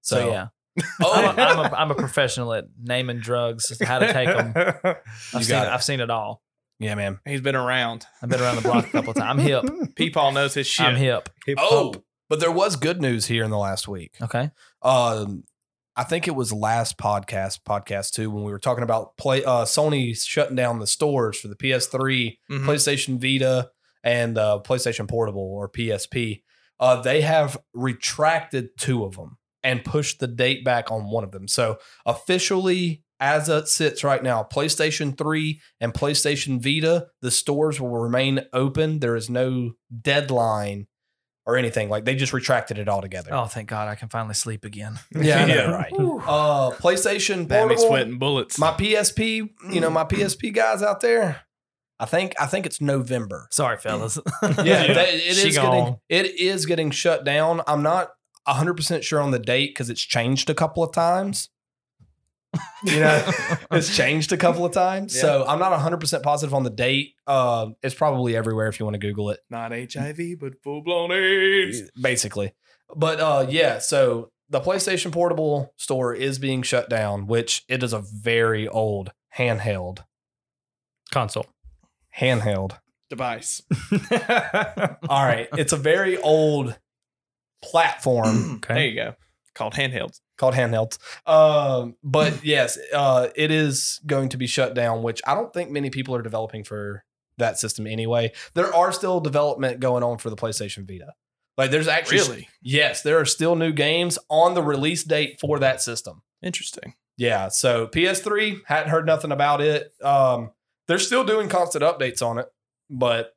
S2: So,
S1: So-
S2: yeah,
S1: Oh,
S2: I'm a, I'm, a, I'm a professional at naming drugs, how to take them. I've seen,
S1: got
S2: it.
S1: it.
S2: I've seen it all.
S1: yeah, man.
S3: He's been around.
S2: I've been around the block a couple of times. I'm hip.
S3: Peepaw knows his shit.
S2: I'm hip.
S1: Oh, but there was good news here in the last week.
S2: Okay.
S1: um I think it was last podcast, podcast two, when we were talking about play uh Sony shutting down the stores for the PS3,
S3: Mhm.
S1: PlayStation Vita, and uh PlayStation Portable or PSP. Uh they have retracted two of them and pushed the date back on one of them. So officially as it sits right now, PlayStation 3 and PlayStation Vita, the stores will remain open. There is no deadline or anything. Like they just retracted it altogether.
S2: Oh, thank God, I can finally sleep again.
S1: Yeah, I know,
S3: Yeah.
S1: right. Uh, PlayStation
S3: That makes
S1: Portable,
S3: sweating bullets.
S1: my PSP, you know, my PSP guys out there. I think I think it's November.
S2: Sorry, fellas.
S1: Yeah,
S3: Yeah.
S1: that- it
S2: She
S1: is
S2: gone.
S1: getting it is getting shut down. I'm not 100 percent sure on the date because it's changed a couple of times. You know, it's changed a couple of times, so I'm not 100 percent positive on the date. Uh, it's probably everywhere if you want to Google it.
S3: Not HIV, but full blown AIDS.
S1: basically. But uh yeah, so the PlayStation Portable store is being shut down, which it is a very old handheld.
S4: console.
S1: Handheld.
S3: Device.
S2: Oh,
S1: All right. It's a very old platform
S3: There you go. Called handhelds.
S1: called handhelds. Um, but yes, uh it is going to be shut down, which I don't think many people are developing for that system anyway. There are still development going on for the PlayStation Vita. Like there's actually yes, there are still new games on the release date for that system.
S3: Interesting.
S1: Yeah, so PS3 hadn't heard nothing about it. Um, they're still doing constant updates on it, but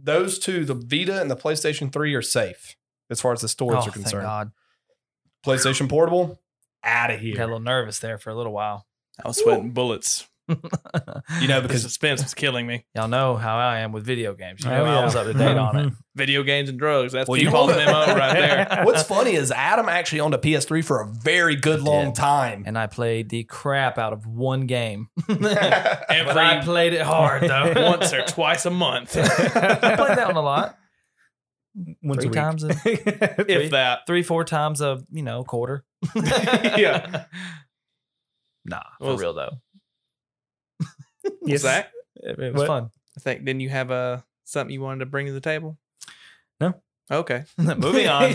S1: those two, the Vita and the PlayStation 3, are safe as far as the
S2: Oh,
S1: stores are
S2: thank
S1: concerned.
S2: God.
S1: PlayStation Portable, out of
S2: Got a
S1: here.
S2: little nervous there for a little while.
S3: I was sweating bullets.
S1: You know,
S3: The
S1: because
S3: suspense was killing me.
S2: y'all know how I am with video games. You
S4: Oh,
S2: know,
S4: yeah.
S2: I was up to date on it.
S3: Video games and drugs. That's
S1: Well,
S3: well,
S1: you
S3: T-Paul's
S1: wanna-
S3: MO
S4: Oh,
S3: right there.
S1: what's funny is Adam actually owned a PS3 for a very good long
S2: did.
S1: time.
S2: And I played the crap out of one game. but I
S3: Every
S2: played it hard though.
S3: once or twice a month,
S2: I played that one a lot.
S4: Once
S2: three
S4: a week.
S2: times a
S3: if that.
S2: three, four times a you know quarter.
S3: Yeah.
S2: Nah, for
S3: Well,
S2: real though.
S4: Yes.
S3: Zach,
S2: It, it was
S4: What?
S2: fun.
S3: I think didn't you have uh, something you wanted to bring to the table?
S4: No.
S3: Okay.
S2: Moving on.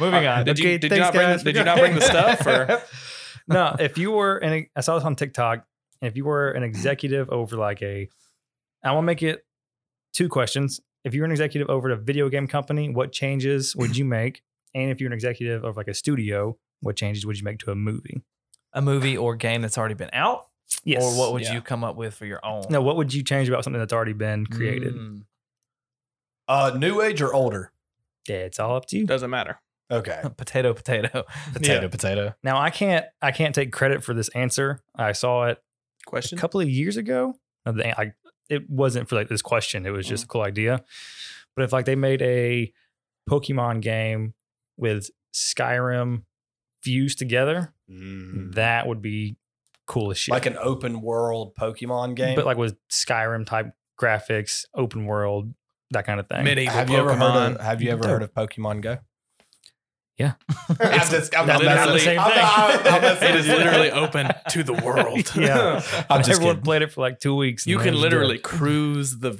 S2: Moving on.
S3: Did you- did you not bring-
S4: guys.
S3: did you not bring the stuff, or-
S4: no, if you were an ex- I saw this on TikTok. and If you were an executive over like a I want to make it two questions. If you were an executive over at a video game company, what changes would you make? And if you're an executive of like a studio, what changes would you make to a movie?
S2: A movie or game that's already been out,
S4: Yes.
S2: or what would
S1: Yeah.
S2: you come up with for your own?
S4: No, what would you change about something that's already been created?
S2: Mm.
S1: Uh, new age or older?
S4: Yeah, it's all up to you.
S3: Doesn't matter.
S1: Okay.
S2: potato, potato.
S1: Potato, potato.
S4: Now I can't I can't take credit for this answer. I saw it a
S3: Question.
S4: couple of years ago. Now, the- I, it wasn't for like this question. It was
S1: Oh.
S4: just a cool idea. But if like they made a Pokemon game with Skyrim fused together, that would be cool as shit.
S1: Hmm. Like an open world Pokemon game.
S4: but like with Skyrim type graphics, open world, that kind of thing.
S3: Medieval
S1: have
S3: Pokemon.
S1: you ever heard of Have you ever
S4: Dude.
S1: heard of Pokemon Go?
S4: Yeah.
S1: I'm just, I'm not
S3: That's
S1: messing-
S3: literally-
S1: I'm not- I'm messing
S3: it is
S1: with you.
S3: literally open to the world.
S4: Yeah.
S1: I'm just
S4: Everyone
S1: kidding.
S4: played it for like two weeks. and
S3: You
S4: then
S3: can
S4: it was dead.
S3: literally cruise the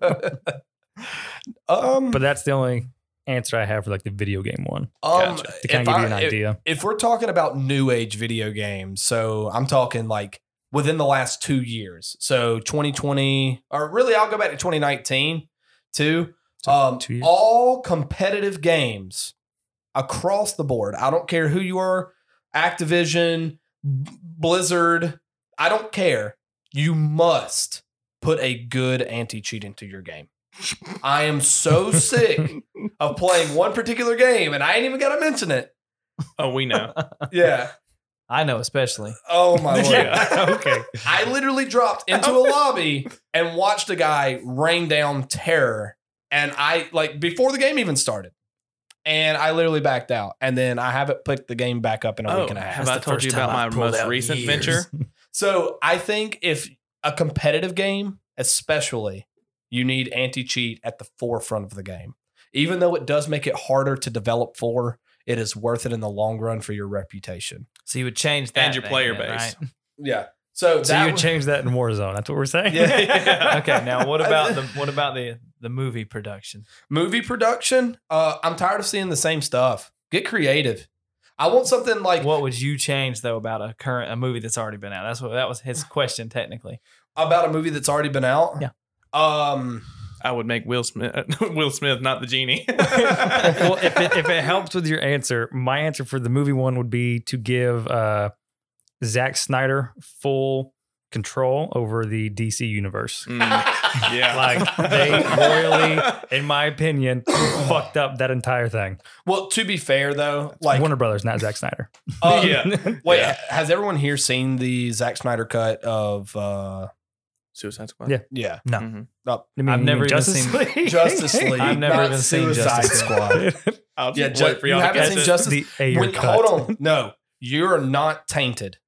S3: vistas.
S1: um,
S4: But that's the only answer I have for like the video game one.
S1: um,
S3: Gotcha.
S4: To kind
S1: if
S4: of give you
S1: I-
S4: an
S1: if-
S4: idea.
S1: if we're talking about new age video games, so I'm talking like within the last two years. So 2020, or really, I'll go back to 2019 too.
S4: So
S1: Um,
S4: two years.
S1: all competitive games across the board. I don't care who you are, Activision, B- Blizzard, I don't care. You must put a good anti cheat into your game. I am so sick of playing one particular game and I ain't even got to mention it.
S3: oh, we know.
S1: Yeah.
S2: I know, especially.
S1: Oh my lord.
S3: Yeah.
S4: okay.
S1: I literally dropped into a lobby and watched a guy rain down terror. And I like before the game even started. And I literally backed out. And then I haven't picked the game back up in a
S3: Oh,
S1: week and a half.
S3: have I
S2: That's the
S3: told you
S2: first time
S3: about
S2: I've
S3: my
S2: pulled
S3: most
S2: out in
S3: recent
S2: years.
S3: venture?
S1: So I think if a competitive game, especially, you need anti cheat at the forefront of the game. Even though it does make it harder to develop for, it is worth it in the long run for your reputation.
S2: So you would change that
S3: And your
S2: then,
S3: player
S2: then,
S3: base.
S2: right?
S1: Yeah. So,
S4: So
S1: that
S4: you would
S1: was-
S4: change that in Warzone. That's what we're saying.
S3: Yeah.
S2: Okay, now what about the what about the the movie production?
S1: movie production uh i'm tired of seeing the same stuff get creative i want something like
S2: What would you change though about a current a movie that's already been out? That's what that was his question technically.
S1: about a movie that's already been out
S2: Yeah.
S1: um
S3: I would make Will Smith, Will Smith, not the genie.
S4: well, if it, if it helps with your answer, my answer for the movie one would be to give uh, Zack Snyder full control over the DC universe.
S3: Mm, yeah.
S4: Like, they royally- In my opinion, fucked up that entire thing.
S1: well to be fair though like
S4: Warner Brothers, not Zack Snyder.
S1: um,
S3: Yeah.
S1: wait
S3: Yeah.
S1: ha- has everyone here seen the Zack snyder cut of uh
S3: Suicide Squad.
S4: Yeah.
S1: yeah
S2: No.
S3: Mhm.
S1: Oh,
S4: I mean,
S2: I've never even seen
S4: League.
S1: justice league
S2: I've never
S1: not
S2: even seen
S1: suicide
S2: Justice League.
S1: squad
S3: I'll just
S1: Yeah,
S3: wait
S1: Ju-
S3: for
S1: you
S3: y'all to
S1: haven't
S3: catch
S1: seen
S3: it.
S1: Justice-
S4: the A-year
S1: When-
S4: cut.
S1: hold on no you're not tainted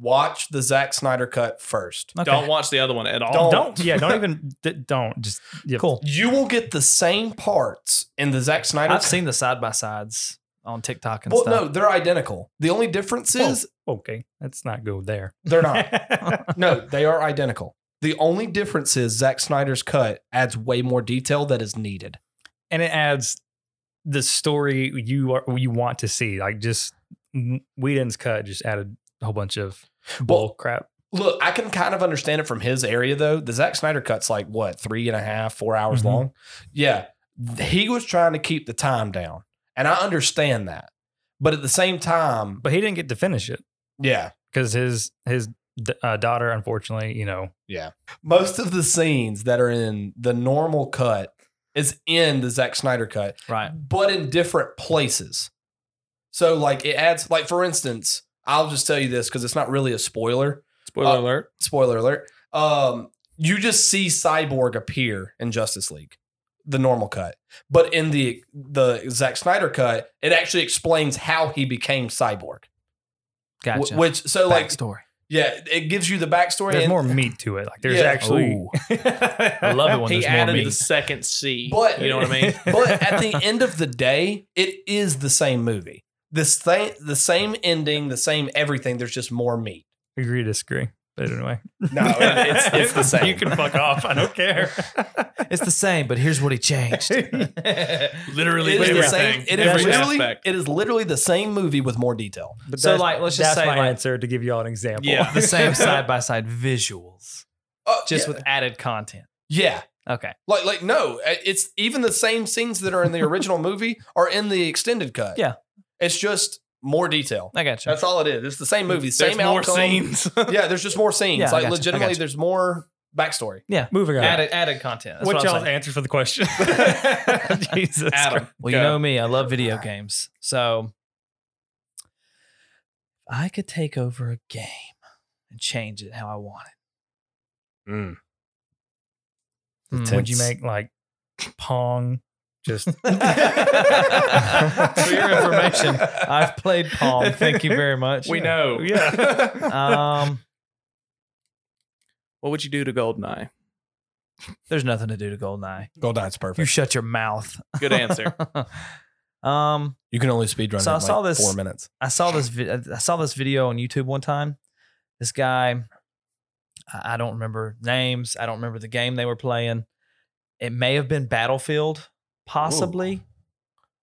S1: watch the Zack snyder cut first
S2: Okay.
S3: Don't watch the other one at all.
S1: Don't.
S4: Oh, Don't. Yeah, don't even. d- Don't. Just. yeah.
S2: Cool.
S1: you will get the same parts in the Zack Snyder.
S2: I've seen the side by sides on TikTok and
S1: Well,
S2: stuff.
S1: no, they're identical. The only difference
S4: Oh.
S1: is
S4: Okay. Let's not go there.
S1: they're not. no, they are identical. The only difference is Zack Snyder's cut adds way more detail that is needed.
S4: and it adds the story you are you want to see. Like just Whedon's cut just added a whole bunch of bull
S1: Well-
S4: crap.
S1: Look, I can kind of understand it from his area though. The Zack Snyder cut's like what three and a half, four hours
S4: Mhm.
S2: Mm-hmm.
S1: long. Yeah, he was trying to keep the time down, and I understand that. But at the same time,
S4: But he didn't get to finish it
S1: yeah,
S4: because his his d- uh, daughter, unfortunately, you know,
S1: yeah, most of the scenes that are in the normal cut is in the Zack Snyder cut.
S2: Right.
S1: but in different places. So like it adds like for instance, I'll just tell you this because it's not really a spoiler.
S3: Spoiler
S1: Uh,
S3: alert.
S1: spoiler alert. Um, you just see Cyborg appear in Justice League, the normal cut, but in the the Zack Snyder cut, it actually explains how he became Cyborg. wh-
S2: Gotcha.
S1: Which so like
S2: story.
S1: yeah, it gives you the backstory.
S4: There's
S1: and-
S4: more meat to it. Like there's
S1: Yeah.
S4: actually.
S1: Ooh.
S4: I
S2: love it when
S3: he
S2: there's more
S3: added
S2: meat.
S3: the second C.
S1: But-
S3: you know what I mean?
S1: but at the end of the day, it is the same movie. This thing, the same ending, the same everything. There's just more meat.
S4: Agree to disagree. But anyway,
S1: No, it's, it's the same.
S4: You can fuck off. I don't care.
S2: It's the same, but here's what he changed.
S3: literally
S1: it is the
S3: everything.
S1: same. It is
S3: every
S1: literally,
S3: aspect.
S1: it is literally the same movie with more detail.
S4: But
S2: So,
S4: that's-
S2: like, let's just
S4: that's
S2: say,
S4: my
S2: like-
S4: answer to give y'all an example.
S3: Yeah.
S2: the same side by side visuals,
S1: Uh,
S2: just
S1: yeah.
S2: with added content.
S1: yeah,
S2: Okay.
S1: Like, like no, eh, it's even the same scenes that are in the original movie are in the extended cut.
S2: Yeah.
S1: it's just more detail.
S2: I got you.
S1: That's all it is. It's the same movie,
S3: There's
S1: same
S3: more
S1: outcome.
S3: scenes.
S1: Yeah, there's just more scenes.
S2: Yeah, I
S1: like
S2: gotcha, I
S1: legitimately,
S2: gotcha.
S1: there's more backstory.
S4: Moving on.
S2: Added, added content. That's
S4: what
S2: what I'm
S4: y'all's
S2: saying.
S4: answer for the question? Jesus. Christ.
S3: Adam.
S2: Well, you
S3: go.
S2: know me. I love video games. So if I could take over a game and change it how I want
S1: Mm.
S2: it. hmm,
S4: Would you make like Pong? Just
S2: For your information, I've played Pong. Thank you very much.
S3: We know.
S4: yeah.
S2: Um,
S3: What would you do to Goldeneye?
S2: there's nothing to do to Goldeneye.
S1: Goldeye's perfect.
S2: You shut your mouth.
S3: Good answer.
S2: um,
S1: You can only speed run.
S2: So
S1: it
S2: I
S1: in,
S2: saw
S1: like,
S2: this-
S1: four minutes.
S2: I saw this vi- I saw this video on YouTube one time. This guy, I I don't remember names. I don't remember the game they were playing. It may have been Battlefield, possibly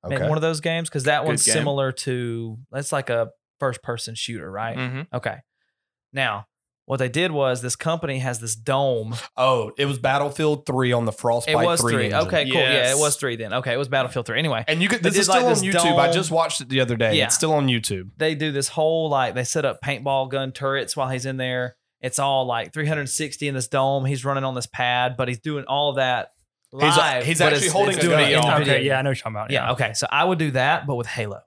S2: maybe
S1: Okay.
S2: one of those games because that
S3: Good
S2: one's
S3: game.
S2: similar to that's like a first person shooter, right?
S3: hmm
S1: Mm-hmm.
S2: Okay. Now, what they did was this company has this dome.
S1: Oh, it was Battlefield Three on the Frostbite.
S2: It was three.
S1: engine.
S2: Okay, cool. Yeah,
S3: Yes.
S2: it was three then. Okay, it was Battlefield three. Anyway,
S1: And you could.
S2: They
S1: This is
S2: did, like,
S1: still on
S2: this
S1: YouTube. I
S2: dome.
S1: just watched it the other day.
S2: Yeah.
S1: It's still on YouTube.
S2: they do this whole like they set up paintball gun turrets while he's in there. It's all like 360 in this dome. He's running on this pad, but he's doing all that
S1: He's- uh,
S2: live.
S1: he's
S2: but
S1: actually
S2: it's-
S1: holding
S2: it's
S1: a
S2: doing
S1: gun.
S2: it in the
S1: Okay,
S2: video.
S4: okay. Yeah, I know what you're talking about.
S2: yeah. Okay, so I would do that, but with Halo.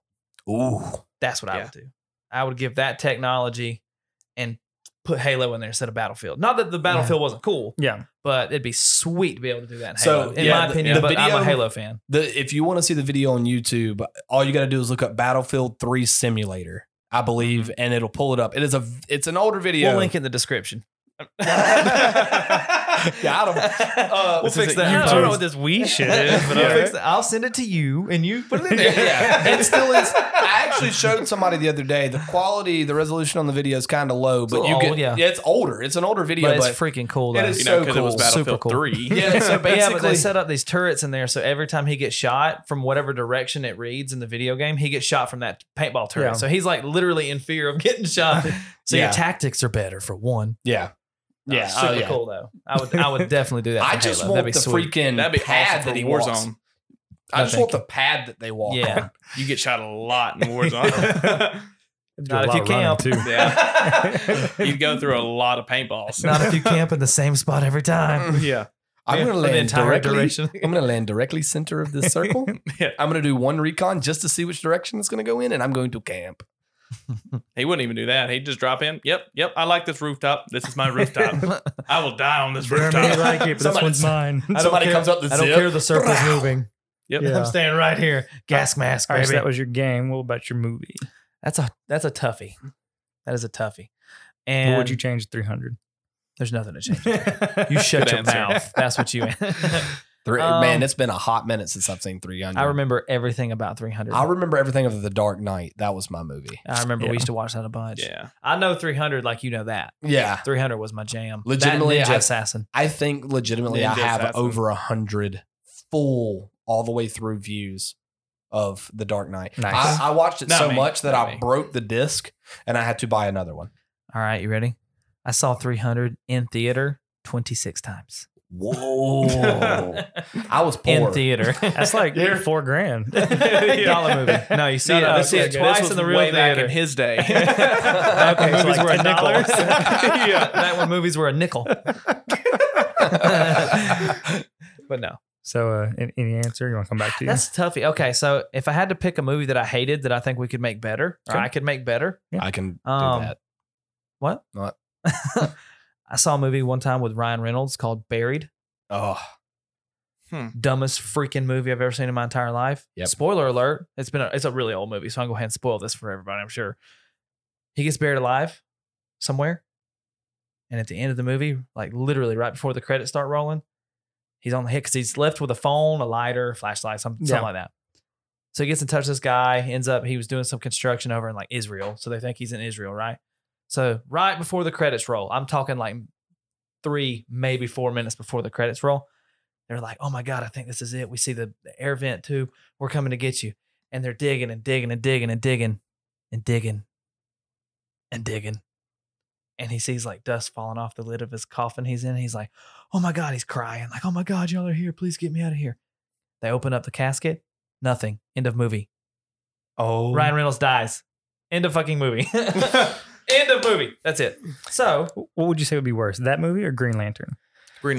S1: Ooh,
S2: That's what I
S3: Yeah.
S2: would do. I would give that technology and put Halo in there instead of Battlefield. Not that the Battlefield wasn't cool,
S4: Yeah.
S2: but it'd be sweet to be able to do that. In
S1: So,
S2: Halo, in
S1: yeah,
S2: my
S1: the-
S2: opinion,
S1: the
S2: but I'm
S1: video-
S2: a Halo fan.
S1: the if you want to see the video on YouTube, all you got to do is look up Battlefield Three Simulator, I believe, and it'll pull it up. It is a it's an older video.
S2: Mm-hmm. We'll link in the description.
S1: Got him.
S2: Uh, we'll
S1: This
S2: fix
S1: is a
S2: that. I
S1: YouTube-
S2: don't know what this we shit is, but
S4: Yeah.
S2: I'll, fix that. I'll send it to you, and you put it in there.
S1: yeah, it still is. I actually showed somebody the other day. The quality, the resolution on the video is kind of low, but
S2: a
S1: you
S2: little
S1: get
S2: old, yeah.
S1: it's older. It's an older video,
S2: but
S1: but,
S2: it's freaking cool.
S1: it
S2: Though.
S1: is
S3: You know,
S1: So
S3: because it was
S1: cool.
S2: Super
S3: Battlefield
S2: cool.
S3: 3.
S1: yeah. So basically,
S2: yeah, but they set up these turrets in there, so every time he gets shot from whatever direction it reads in the video game, he gets shot from that paintball turret.
S4: Yeah.
S2: So he's like literally in fear of getting shot. So
S1: Yeah.
S2: your tactics are better for one.
S1: yeah, yeah,
S2: Uh,
S1: oh,
S2: super
S1: yeah.
S2: cool though. I would, I would definitely do that.
S1: I
S2: for
S1: just
S2: Halo.
S1: want
S2: That'd
S1: the
S2: be sweet.
S1: freaking
S3: That'd be
S1: pad
S3: awesome
S1: that he
S3: for
S1: walks.
S3: Warzone.
S1: I
S2: No,
S1: just
S2: thank
S1: want
S2: you.
S1: the pad that they walk.
S2: Yeah.
S3: You get shot a lot in Warzone.
S2: Not if you camp.
S4: too.
S3: yeah.
S4: Yeah.
S3: You'd go through a lot of paintballs.
S2: Not if you camp in the same spot every time.
S3: yeah.
S1: I'm
S2: Yeah,
S1: gonna
S2: for the
S1: land
S2: entire
S1: directly.
S2: duration.
S1: I'm gonna land directly center of this circle.
S3: Yeah.
S1: I'm gonna do one recon just to see which direction it's gonna go in, and I'm going to camp.
S3: He wouldn't even do that. He'd just drop in. Yep, yep. I like this rooftop. This is my rooftop. I will die on this
S4: I may
S3: rooftop.
S4: like it, but this
S1: Somebody-
S4: one's mine.
S2: I don't
S1: Somebody
S2: care.
S1: comes up the
S2: I don't
S1: zip.
S2: care if the circle's moving.
S3: Yep.
S4: Yeah.
S2: I'm staying right here. Gas mask,
S4: All right,
S2: baby.
S4: so that was your game. What about your movie?
S2: that's a that's a toughie. That is a toughie. And
S4: what would you change? Three hundred.
S2: there's nothing to change. You shut
S3: Good
S2: your
S3: answer.
S2: mouth. That's what you. I
S1: Three,
S2: Um,
S1: man, it's been a hot minute since I've seen 300.
S2: remember everything about 300.
S1: I remember everything of The Dark Knight. That was my movie.
S2: I remember
S4: Yeah.
S2: we used to watch that a bunch.
S3: Yeah.
S2: I know 300 like you know that.
S1: Yeah,
S2: 300 was my jam. That
S1: Legitimately,
S2: Ninja
S1: I-
S2: assassin.
S1: I think legitimately I
S3: Ninja
S1: have
S3: Assassin.
S1: over a hundred full all the way through views of The Dark Knight.
S4: Nice.
S1: I, I watched it
S3: Not
S1: so
S3: me.
S1: much that
S3: Not
S1: I
S3: me.
S1: broke the disc and I had to buy another one.
S2: All right, you ready? I saw 300 in theater 26 times.
S1: Whoa. I was poor.
S2: in theater.
S4: That's like
S3: You're-
S4: four grand.
S2: dollar movie. No, you see
S3: No,
S2: it.
S3: no,
S2: I
S3: this
S2: see
S3: was-
S2: it twice
S3: was
S2: in the real
S3: way back
S2: theater.
S3: in his day.
S2: Back when
S4: Okay, so
S2: movies
S4: like
S2: were a
S4: $10.
S2: nickel.
S3: Yeah.
S2: Back when movies were a nickel. but no,
S4: So, uh, an- any answer you want to come back to? You?
S2: that's toughy. Okay, so if I had to pick a movie that I hated that I think we could make better, or
S4: Okay.
S2: I could make better,
S1: I can do
S2: Um,
S1: that.
S2: what?
S1: Not-
S2: I saw a movie one time with Ryan Reynolds called Buried.
S1: Oh,
S2: Dumbest freaking movie I've ever seen in my entire life.
S1: Yep.
S2: Spoiler alert. It's been a, it's a really old movie, so I'm gonna go ahead and spoil this for everybody, I'm sure. He gets buried alive somewhere. And at the end of the movie, like literally right before the credits start rolling, he's on the hit because he's left with a phone, a lighter, flashlight, something,
S4: Yeah.
S2: something like that. So he gets in touch with this guy, ends up, he was doing some construction over in like Israel. So they think he's in Israel, right? So right before the credits roll, I'm talking like three, maybe four minutes before the credits roll. They're like, oh my God, I think this is it. We see the, the air vent tube. We're coming to get you. And they're digging and digging and digging and digging and digging and digging. And he sees like dust falling off the lid of his coffin he's in. He's like, oh my God, he's crying. Like, oh my God, y'all are here. Please get me out of here. They open up the casket. Nothing. End of movie.
S1: oh,
S2: Ryan Reynolds dies. End of fucking movie. End of movie. That's it. So
S4: What would you say would be worse, that movie or Green Lantern?
S3: Green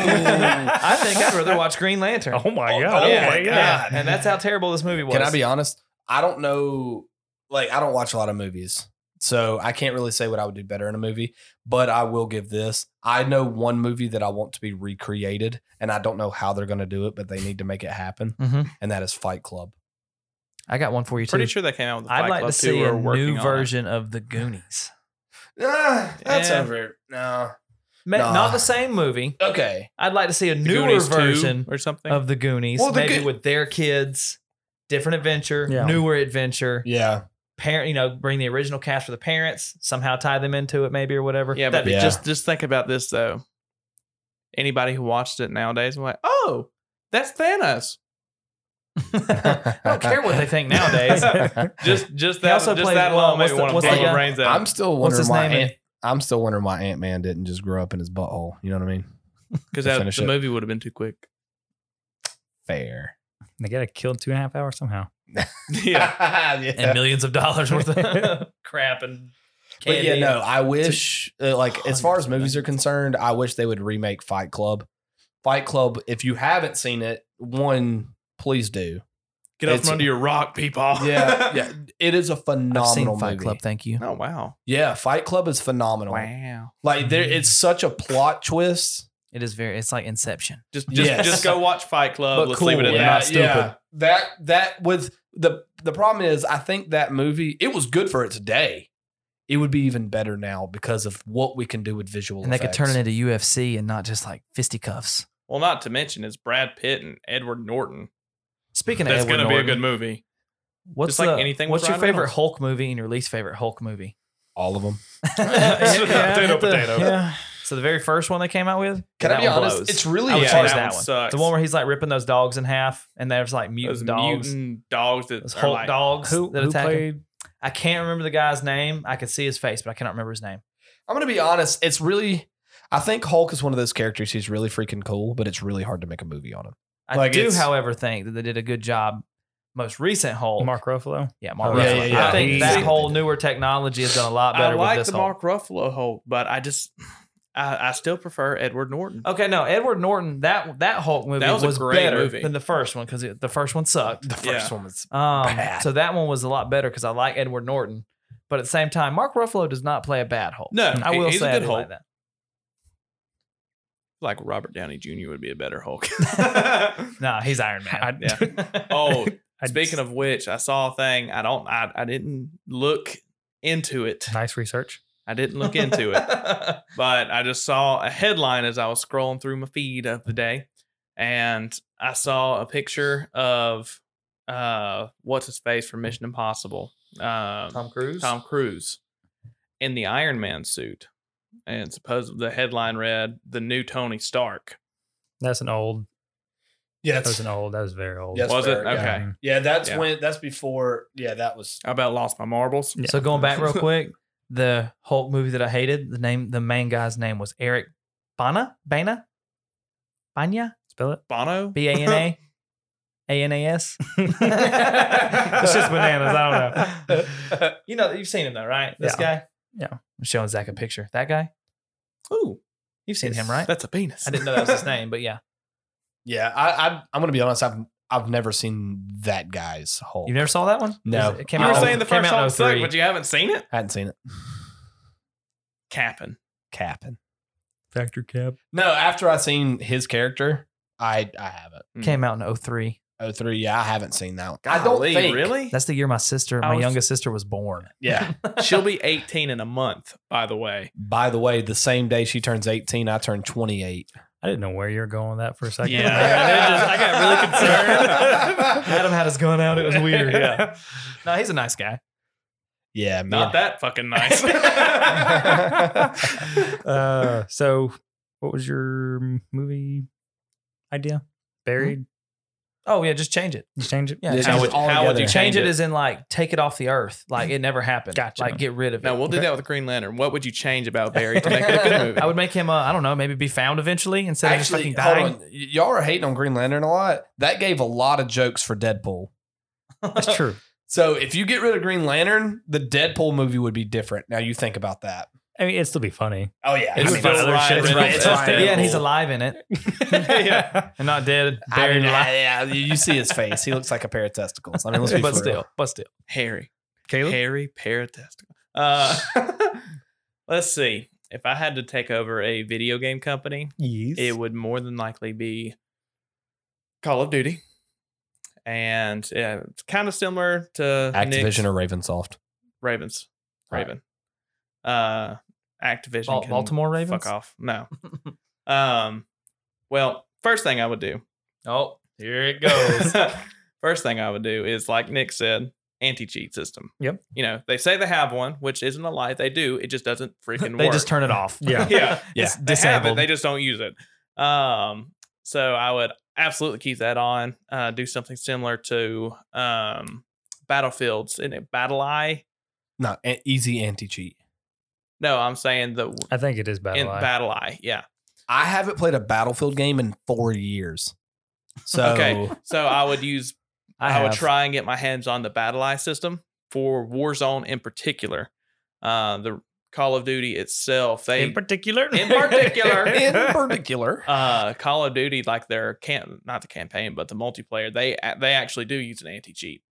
S2: I think I'd rather watch Green Lantern.
S4: Oh my
S1: Oh,
S4: god!
S1: oh
S4: yeah,
S1: my
S4: yeah.
S1: God.
S2: And that's how terrible this movie was.
S1: Can I be honest? I don't know. Like, I don't watch a lot of movies, so I can't really say what I would do better in a movie. But I will give this. I know one movie that I want to be recreated, and I don't know how they're going to do it, but they need to make it happen,
S2: Mhm.
S1: and that is Fight Club.
S2: I got one for you too.
S3: Pretty sure they came out with the Fight
S2: I'd like
S3: Club
S2: to see
S3: too,
S2: a
S3: or working
S2: new
S3: on it.
S2: version of the Goonies.
S1: Ah, that's
S3: Yeah.
S1: over. No.
S2: Ma-
S1: Nah.
S2: Not the same movie.
S1: Okay.
S2: I'd like to see a
S3: The
S2: newer
S3: Goonies 2
S2: version
S3: or something.
S2: of the Goonies,
S1: Well, the
S2: maybe
S1: Go-
S2: with their kids, different adventure,
S4: Yeah.
S2: newer adventure.
S1: Yeah.
S2: Parent, you know, bring the original cast for the parents, somehow tie them into it, maybe or whatever.
S3: yeah, but
S2: That'd be-
S1: Yeah.
S3: just just think about this though. Anybody who watched it nowadays, I'm like, oh, that's Thanos.
S2: I don't care what they think nowadays.
S3: Just just
S2: He
S3: that
S2: also
S3: just
S2: played-
S3: that
S2: well, what's
S3: alone made
S2: the-
S3: me want
S2: what's
S3: to
S1: the
S3: blow
S1: guy-
S3: my brains
S1: I'm
S3: out.
S1: still
S2: What's
S1: wondering
S2: his
S1: why
S2: name?
S1: Ant, I'm still wondering why Ant Man didn't just grow up in his butthole. You know what I mean?
S3: Because
S1: to
S3: the
S1: finish it.
S3: movie would have been too quick.
S1: Fair.
S4: They gotta kill two and a half hours somehow.
S3: yeah.
S2: and millions of dollars worth of crap and
S1: But
S2: candy.
S1: yeah, no, I wish uh, like as far as
S2: 100%.
S1: movies are concerned, I wish they would remake Fight Club. Fight Club, if you haven't seen it, one, please do.
S3: Get up
S1: It's-
S3: from under your rock, people.
S1: Yeah. yeah. It is a
S2: I've
S1: phenomenal
S2: seen
S1: movie.
S2: Fight Club. Thank you.
S3: Oh wow.
S1: Yeah, Fight Club is phenomenal.
S3: Wow.
S1: Like there it's such a plot twist.
S2: It is very. It's like Inception.
S3: Just just
S1: Yes.
S3: just go watch Fight Club.
S1: but
S3: Let's
S1: cool.
S3: leave it at
S1: yeah,
S3: that.
S1: yeah. That that with the the problem is I think that movie it was good for its day. It would be even better now because of what we can do with visual
S2: and they could
S1: effects.
S2: turn it into UFC and not just like fisticuffs.
S3: Well, not to mention it's Brad Pitt and Edward Norton.
S2: Speaking of
S3: That's
S2: Edward
S3: gonna
S2: Norton,
S3: be a good movie.
S2: what's
S3: just like
S2: the-
S3: anything with
S2: What's your
S3: Ryan
S2: favorite
S3: Reynolds.
S2: Hulk movie and your least favorite Hulk movie?
S1: all of them.
S3: Potato,
S2: I think
S3: potato.
S2: yeah. So the very first one they came out with.
S1: Can
S2: that
S1: I be
S2: one
S1: honest?
S2: blows.
S1: It's
S2: I
S1: really
S2: would
S3: Yeah,
S1: hard.
S2: change
S3: that
S2: that
S3: one
S2: one.
S3: sucks.
S2: The one where he's like ripping those dogs in half, and there's like mutant
S3: Those
S2: dogs,
S3: mutant dogs that
S2: those
S3: are
S2: Hulk
S3: like,
S2: dogs
S4: Who,
S2: that
S4: who
S2: attack. him.
S4: played?
S2: I can't remember the guy's name. I could see his face, but I cannot remember his name.
S1: I'm gonna be honest. It's really. I think Hulk is one of those characters who's really freaking cool, but it's really hard to make a movie on him.
S2: I
S1: Like,
S2: do,
S1: it's-
S2: however, think that they did a good job. Most recent Hulk,
S4: Mark Ruffalo.
S2: yeah, Mark
S1: Oh, yeah,
S2: Ruffalo.
S1: yeah, yeah.
S2: I think
S1: He's-
S2: that whole newer technology has done a lot
S3: I
S2: better
S3: like
S2: with this
S3: the
S2: Hulk.
S3: Mark Ruffalo Hulk, but I just I, I still prefer Edward Norton.
S2: Okay, no, Edward Norton. That that Hulk movie
S3: That
S2: was,
S3: was a great
S2: better
S3: movie.
S2: than the first one because the first one sucked.
S1: The
S3: Yeah.
S1: one was
S2: Um,
S1: Bad.
S2: so that one was a lot better because I like Edward Norton, but at the same time, Mark Ruffalo does not play a bad Hulk.
S3: No,
S2: I
S3: he-
S2: will
S3: he's a
S2: say I
S3: good
S2: do
S3: Hulk.
S2: Like that.
S3: Like Robert Downey Jr. would be a better Hulk.
S2: No, he's Iron Man.
S4: I-
S2: yeah.
S3: oh,
S4: I-
S3: speaking of which, I saw a thing. I don't. I, I didn't look into it.
S4: nice research.
S3: I didn't look into it. but I just saw a headline as I was scrolling through my feed of the day, and I saw a picture of uh, what's his face from Mission Impossible, um,
S2: Tom Cruise.
S3: Tom Cruise, in the Iron Man suit, and supposed the headline read the new Tony Stark.
S4: That's an old.
S1: yeah,
S4: That was
S1: that's,
S4: an old. That was very old.
S1: Yes. That's
S3: was
S1: fair,
S3: it
S1: yeah.
S3: okay?
S1: yeah, that's
S3: Yeah.
S1: when that's before. Yeah, that was
S3: I about lost my marbles.
S4: Yeah.
S2: So going back real quick, the Hulk movie that I hated, the name, the main guy's name was Eric Bana, Bana, Banya,
S4: Spell it.
S3: Bono.
S2: B A N A, A N A S.
S4: It's just bananas. I don't
S2: know. You know, you've seen him though, right? This guy.
S4: Yeah.
S2: I'm showing Zach a picture. That guy.
S3: Ooh,
S2: You've seen him, right?
S3: That's a penis.
S2: I didn't know that was his name, but yeah.
S1: yeah. I, I I'm gonna be honest. I've I've never seen that guy's Hulk.
S2: You never saw that one?
S1: No.
S2: It
S3: You
S2: came
S1: You
S3: were
S2: out,
S3: saying the
S2: came
S3: first
S2: out in
S3: song sucked,
S2: 03.
S3: but you haven't seen it.
S1: I hadn't seen it.
S3: capping.
S1: capping.
S4: Factor cap.
S1: No, after I seen his character, I I haven't.
S2: Came out in 03.
S1: Oh three, yeah, I haven't seen that one. I don't
S3: Golly,
S1: think
S3: really.
S2: That's the year my sister,
S3: I
S2: my
S3: was-
S2: youngest sister, was born.
S1: Yeah.
S3: She'll be 18 in a month, by the way.
S1: By the way, the same day she turns eighteen, I turn twenty eight.
S4: I didn't know where you were going with that for a second.
S3: Yeah.
S2: Man, it just- I got really concerned. Adam had his gun out. It was weird. Yeah. No, he's a nice guy.
S1: Yeah, man.
S3: Not that fucking nice.
S4: uh, so, what was your m- movie idea? Buried?
S2: Oh yeah, just change it.
S4: You change it?
S2: Yeah.
S1: Just
S3: how would,
S1: all
S3: how would you
S1: together.
S3: change,
S2: Change it
S3: it?
S2: as in like take it off the earth, like it never happened.
S4: Gotcha.
S2: Like get rid of it.
S3: no, we'll do that with Green Lantern. What would you change about Barry to make it a good movie?
S2: I would make him. Uh, I don't know. Maybe be found eventually instead
S1: Actually,
S2: of just fucking dying.
S1: hold on. Y- Y'all are hating on Green Lantern a lot. That gave a lot of jokes for Deadpool.
S4: That's true.
S1: So if you get rid of Green Lantern, the Deadpool movie would be different. Now you think about that.
S4: I mean, it'd still be funny.
S1: Oh yeah,
S4: It's
S1: I mean,
S4: still
S1: that's-
S4: Ryan
S1: it's
S4: Reynolds.
S1: Ryan- it's
S4: That's
S1: Ryan
S2: Yeah, and
S1: Reynolds.
S2: he's alive in it
S4: yeah.
S2: and not dead,
S1: I
S2: buried
S1: mean,
S2: alive.
S1: I- yeah, you you see his face. He looks like a pair of testicles. I mean, let's be
S2: but
S1: for real.
S2: still, but still,
S3: Harry.
S4: Caleb?
S3: Harry Paratesticle. Uh, let's see. If I had to take over a video game company,
S4: Yes.
S3: it would more than likely be Call of Duty. And yeah, it's kind of similar to Nick's-
S1: Activision or Ravensoft.
S3: Ravens.
S1: Right.
S3: Raven. Uh Activision.
S2: Bal-
S3: can
S2: Baltimore Ravens.
S3: Fuck off. No. um well, first thing I would do.
S2: Oh, here it goes.
S3: first thing I would do is like Nick said, anti-cheat system.
S4: Yep.
S3: You know, they say they have one, which isn't a lie. They do. It just doesn't freaking
S2: they
S3: work.
S2: just turn it off.
S4: Yeah.
S3: yeah.
S1: Yeah.
S2: It's
S3: They have it,
S2: disabled.
S3: They just don't use it. Um, so I would absolutely keep that on. Uh, do something similar to um, Battlefields in it Battle Eye.
S1: No, a- eh, easy anti cheat.
S3: No, I'm saying the
S4: I think it is Battle
S3: in
S4: Eye.
S3: Battle Eye. Yeah.
S1: I haven't played a Battlefield game in four years. So
S3: Okay. So I would use. I, would
S2: have.
S3: try and get my hands on the Battle Eye system for Warzone in particular. Uh, the Call of Duty itself, they
S4: in particular?
S3: In particular.
S1: in particular,
S3: uh Call of Duty like their can not the campaign but the multiplayer they a- they actually do use an anti cheat.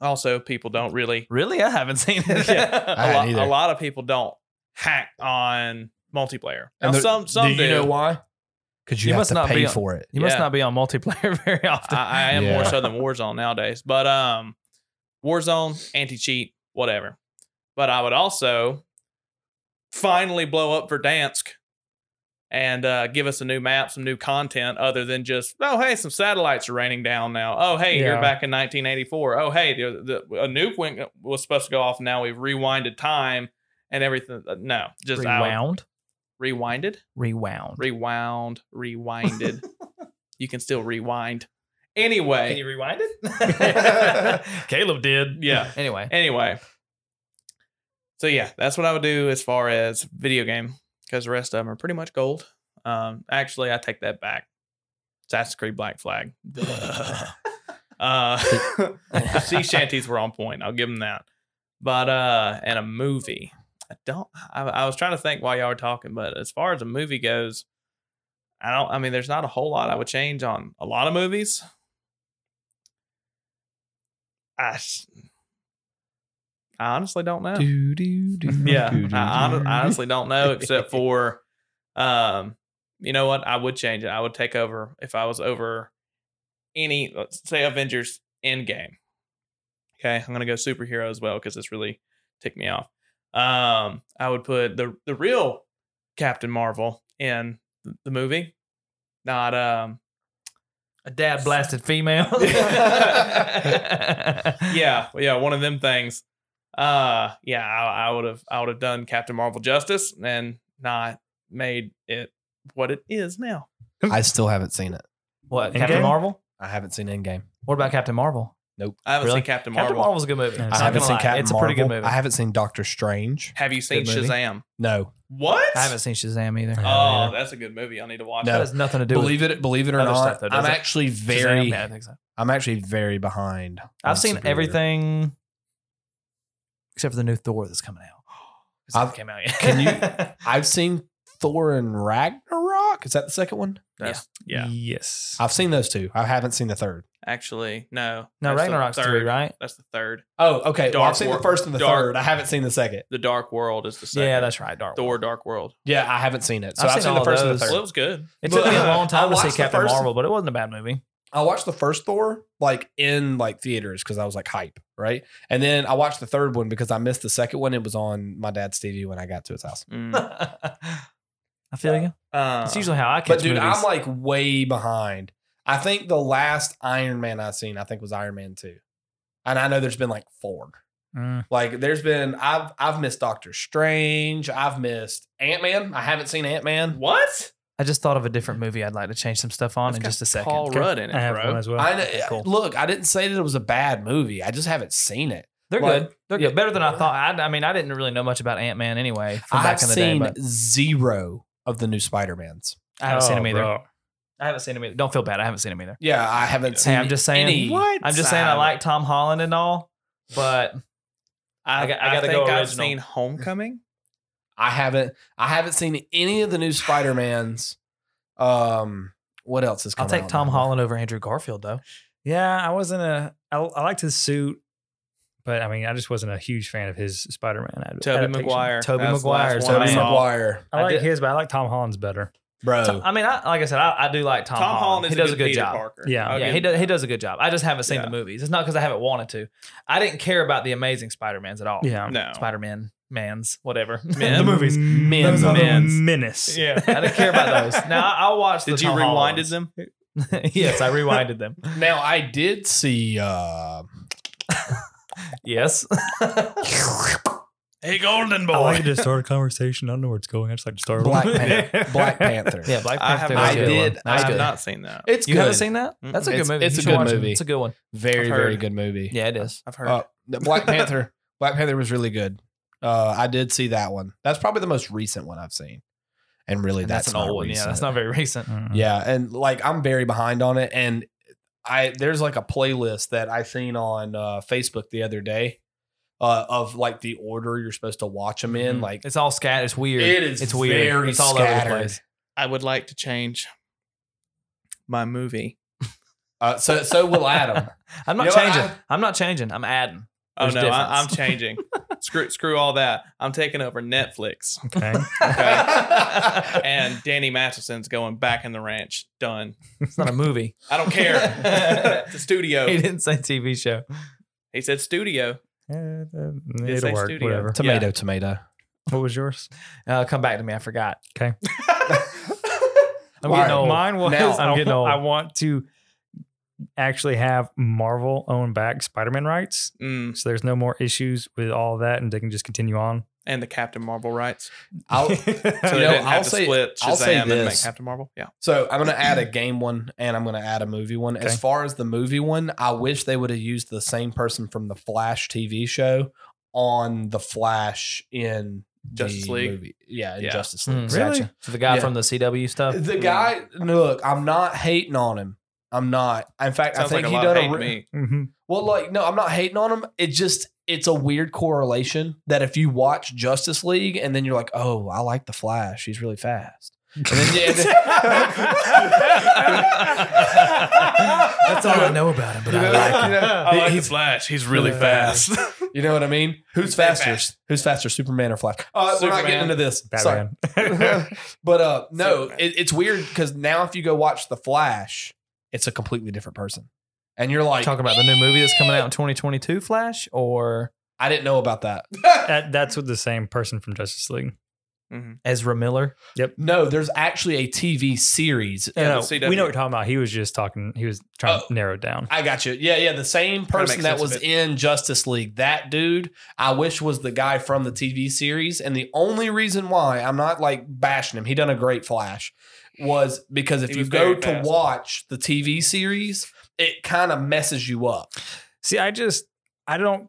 S3: Also, people don't really
S2: Really, I haven't seen it.
S1: I
S3: a,
S1: hadn't
S3: lot,
S1: either.
S3: a lot of people don't hack on multiplayer. Now,
S1: And there-
S3: some some do.
S1: do you know why? Because you,
S2: You
S1: have
S2: must
S1: to
S2: not
S1: pay
S2: be on-
S1: for it.
S2: You must
S3: Yeah.
S2: not be on multiplayer very often.
S3: I, I am more
S1: Yeah.
S3: so than Warzone nowadays, but um, Warzone anti cheat whatever. But I would also finally blow up Verdansk and uh, give us a new map, some new content other than just oh hey, some satellites are raining down now. Oh hey,
S4: Yeah.
S3: you're back in 1984. Oh hey, the, the, a nuke went, was supposed to go off. and Now we've rewinded time and everything. Uh, No, just I
S2: rewound,
S3: would- rewinded
S2: rewound.
S3: rewound, rewinded. you can still rewind. Anyway,
S2: rewind it? Caleb did.
S3: yeah.
S2: Anyway,
S3: Anyway, so yeah, that's what I would do as far as video game because the rest of them are pretty much gold. Um, actually, I take that back. Assassin's Creed Black Flag. uh, the sea shanties were on point. I'll give them that. But uh, and a movie. I don't. I, I was trying to think while y'all were talking, but as far as a movie goes, I don't. I mean, there's not a whole lot I would change on a lot of movies. I, s- I honestly don't know.
S1: Do, do, do,
S3: yeah,
S1: do, do,
S3: I, hon-
S1: do.
S3: I honestly don't know, except for, um, you know what? I would change it. I would take over if I was over any, let's say, Avengers Endgame. Okay, I'm gonna go superhero as well because this really ticked me off. Um, I would put the the real Captain Marvel in th- the movie, not um,
S2: a dad blasted female.
S3: yeah, yeah, one of them things. Uh, yeah, I would have, I would have done Captain Marvel justice and not made it what it is now.
S1: I still haven't seen it.
S2: What?
S4: Endgame?
S2: Captain Marvel?
S1: I haven't seen Endgame.
S2: What about Captain Marvel?
S3: I haven't
S2: Really?
S3: seen Captain Marvel.
S2: Captain Marvel's a good movie.
S4: I
S1: I
S2: Not
S4: It's
S1: haven't
S2: gonna
S1: seen
S2: lie.
S1: Captain
S2: It's a
S1: Marvel.
S2: pretty good movie.
S1: I haven't seen Doctor Strange.
S3: Have you seen
S1: Good movie.
S3: Shazam?
S1: No.
S3: What?
S2: I haven't seen Shazam either.
S4: I haven't
S3: Oh,
S4: either.
S3: that's a good movie. I need to watch
S1: No.
S2: That
S3: that.
S2: has nothing to do
S1: Uh, Believe it, believe it or
S2: other
S1: not,
S2: stuff, though,
S1: I'm
S2: does it?
S1: actually
S2: with Shazam.
S1: very,
S2: Yeah, I think so.
S1: I'm actually very behind. on
S2: I've seen
S1: superhero.
S2: everything except for the new Thor that's coming out. It's
S1: I've-
S2: not came out yet.
S1: can you- I've seen Thor and Ragnarok. Ragnarok. Is that the second one?
S3: That's, yeah.
S2: mm.
S4: Yes.
S1: I've seen those two. I haven't seen the third.
S3: Actually, no.
S2: No,
S3: that's the
S2: Ragnarok's
S3: third.
S2: three, right?
S3: That's the third.
S1: Oh, okay. well,
S3: Dark
S1: I've seen
S3: Wor-
S1: the first and the
S3: Dark-
S1: third. I haven't seen the second.
S3: The Dark World is the second.
S2: Yeah, that's right. Dark
S3: Thor:
S2: World.
S3: Dark World.
S1: Yeah, I haven't seen it. So
S2: I've
S1: I've,
S2: seen
S1: seen, the
S2: all
S1: first and the
S2: those.
S1: third.
S3: Well, it was good.
S2: It took me a long time
S1: I
S2: to see
S1: watched the
S2: Captain
S1: first-
S2: Marvel, but it wasn't a bad movie.
S1: I watched the first Thor like in like theaters because I was like hype, right? And then I watched the third one because I missed the second one. It was on my dad's TV when I got to his house.
S3: Mm.
S2: I feel you.
S3: Uh,
S2: That's usually how I catch
S1: But dude,
S2: movies.
S1: I'm like way behind. I think the last Iron Man I seen, I think was Iron Man two, and I know there's been like four.
S2: Mm.
S1: Like there's been I've I've missed Doctor Strange. I've missed Ant Man. I haven't seen Ant Man.
S3: what?
S2: I just thought of a different movie I'd like to change some stuff on
S3: That's
S2: in
S3: got
S2: just a second.
S3: Paul
S4: Okay.
S3: Rudd in it,
S4: I have
S3: bro.
S4: one as well.
S1: I know,
S2: cool.
S1: look. I didn't say that it was a bad movie. I just haven't seen it.
S2: They're
S1: Like-
S2: good. They're
S1: Yeah.
S2: good. Better than I thought. I, I mean, I didn't really know much about Ant Man anyway from
S1: I've
S2: back in the day,
S1: seen
S2: but
S1: zero of the new Spider Mans.
S2: I haven't seen
S4: Oh,
S2: him either.
S4: bro.
S2: I haven't seen him either. Don't feel bad. I haven't seen him either.
S1: Yeah, I haven't seen.
S2: Hey, I'm just saying.
S1: any.
S3: What?
S2: I'm just saying I like Tom Holland and all, but
S3: I,
S2: I got- I
S3: I
S2: gotta
S3: think
S2: go
S3: I've
S2: original.
S3: seen Homecoming.
S1: I haven't. I haven't seen any of the new Spider Mans. Um, what else is?
S2: I'll
S1: Coming
S2: take
S1: out
S2: Tom
S1: now?
S2: Holland over Andrew Garfield though.
S4: Yeah, I wasn't a. I, I liked his suit, but I mean, I just wasn't a huge fan of his Spider-Man. Ad-
S3: Tobey
S4: adaptation.
S3: Maguire.
S2: Tobey
S3: That's the last
S2: Maguire's
S3: one I
S1: Tobey
S2: Holland.
S3: saw.
S1: Maguire,
S4: I
S2: I
S4: like
S2: did-
S4: his, but I like Tom Holland's better.
S1: bro.
S2: To- I mean, I, like I said, I, I do like Tom,
S3: Tom Holland is
S2: He does a good
S3: Peter
S2: job.
S3: Parker.
S4: Yeah.
S3: I'll
S2: yeah,
S3: give
S2: he
S3: him
S2: does. He
S3: that.
S2: does a good job. I just haven't seen
S3: Yeah.
S2: the movies. It's not because I haven't wanted to. I didn't care about the Amazing Spider Mans at all.
S4: Yeah,
S3: No.
S2: Spider Man, Mans, whatever.
S3: Men.
S2: the movies.
S4: Men's
S3: The men's.
S4: menace.
S3: Yeah.
S2: I didn't care about those. Now I- I'll watch.
S3: Did
S2: the
S3: you
S2: Tom
S3: rewind
S2: Hollands.
S3: them?
S2: yes, I rewinded them.
S1: Now I did see. uh
S2: Yes.
S3: Hey, Golden
S4: I like to start a conversation. I don't know where it's going. I just like to start
S1: Black
S4: one.
S1: Panther. Black Panther.
S2: Yeah, Black
S3: I have
S2: Panther.
S3: not-
S2: was a
S1: I
S2: good
S1: did-
S2: one.
S1: I
S2: That's
S3: I
S1: have
S3: have
S2: good.
S3: not seen that.
S1: It's
S2: You
S1: good.
S2: haven't seen that?
S3: Mm-mm.
S2: That's a good
S1: It's-
S2: movie.
S1: it's
S2: You
S1: a
S2: should
S1: good
S2: watch it.
S1: movie.
S2: It's a good one.
S1: Very
S3: I've
S1: very
S3: heard.
S1: good movie.
S2: Yeah, it is.
S3: I've heard.
S1: Uh, the Black Panther. Black Panther was really good. Uh, I did see that one. That's probably the most recent one I've seen, and really,
S2: And
S1: that's,
S2: that's an
S1: not
S2: old one. Yeah, that's
S1: recent.
S2: not very recent.
S4: Mm.
S1: Yeah, and like I'm very behind on it, and I there's like a playlist that I seen on uh, Facebook the other day uh, of like the order you're supposed to watch them in.
S2: Mhm.
S1: Like
S2: it's all scat. It's weird.
S1: Mm-hmm. It is
S2: It's weird.
S1: very
S2: it's all over
S1: scattered.
S2: the place.
S3: I would like to change my movie.
S1: uh, so, so will Adam.
S2: I'm not
S1: You know what,
S2: changing.
S1: I-
S2: I'm not changing. I'm adding.
S3: Oh
S2: There's
S3: no, I, I'm
S2: difference.
S3: changing. screw screw all that. I'm taking over Netflix.
S4: Okay.
S3: Okay. and Danny Matheson's going back in the ranch. Done.
S2: It's not a movie.
S3: I don't care. the
S2: He
S3: studio.
S2: didn't say TV show.
S3: He said studio.
S4: Yeah, uh,
S3: Did
S4: It'll
S3: say
S4: work.
S3: studio.
S4: Whatever.
S1: tomato, tomato.
S4: What was yours?
S2: Uh, come back to me. I forgot. I'm
S1: All
S2: getting
S1: right,
S2: old.
S4: Mine was.
S1: Now-
S4: I,
S2: I'm getting old.
S4: I want to actually have Marvel own back Spider-Man rights,
S3: Mm.
S4: so there's no more issues with all that, and they can just continue on.
S3: And the Captain Marvel rights.
S1: I'll,
S3: So
S1: You know,
S3: they didn't have
S1: I'll
S3: to
S1: say-
S3: split Shazam
S1: I'll say
S3: and make
S1: this.
S3: Captain Marvel. Yeah.
S1: so I'm gonna add a game one, and I'm gonna add a movie one.
S4: Okay.
S1: As far as the movie one, I wish they would have used the same person from the Flash TV show on the Flash in
S3: Justice
S1: the
S3: League.
S1: Movie. Yeah, in
S3: Yeah. Hmm.
S1: Justice League.
S2: Mm,
S4: Hmm, Really?
S2: gotcha. So the guy
S1: Yeah.
S2: from the CW stuff.
S1: The guy, look, I'm not hating on him. I'm not. In fact,
S3: Sounds
S1: I
S3: like
S1: think
S3: a
S1: he
S3: lot of
S1: done
S3: hate
S1: a
S3: to
S1: re-
S3: me.
S4: hmm
S1: well. Like, no, I'm not hating on him. It just it's a weird correlation that if you watch Justice League and then you're like, oh, I like the Flash. He's really fast. And then, and then-
S2: That's all I know about him. But
S1: You know,
S2: I like him.
S1: you know,
S3: I like
S1: he-
S3: the Flash. He's really
S1: Yeah.
S3: fast.
S1: you know what I mean? Who's
S3: Say
S1: faster?
S3: fast.
S1: Who's faster, Superman or Flash? Uh, we're not getting
S3: Superman.
S1: into this. Sorry.
S4: Batman.
S1: but uh, no,
S3: Superman.
S1: it, it's weird because now if you go watch The Flash, it's a completely different person, and you're like,
S2: Talking about the new movie that's coming out in 2022, Flash, or
S1: I didn't know about that.
S4: That, that's with the same person from Justice League.
S3: Mhm.
S2: Ezra Miller.
S1: No, there's actually a TV series.
S3: Yeah,
S4: No,
S3: the
S4: no,
S3: CW.
S4: we know what you're talking about. He was just talking. He was trying
S1: Oh.
S4: to narrow it down.
S1: I got you. Yeah, yeah. The same person
S3: makes
S1: that
S3: sense
S1: was
S3: of it.
S1: in Justice League, that dude, I wish was the guy from the TV series. And the only reason why I'm not like bashing him, he done a great Flash, was because if
S3: He
S1: you
S3: was
S1: go
S3: very
S1: to
S3: fast.
S1: watch the TV series, it kind of messes you up.
S4: See, I just I don't.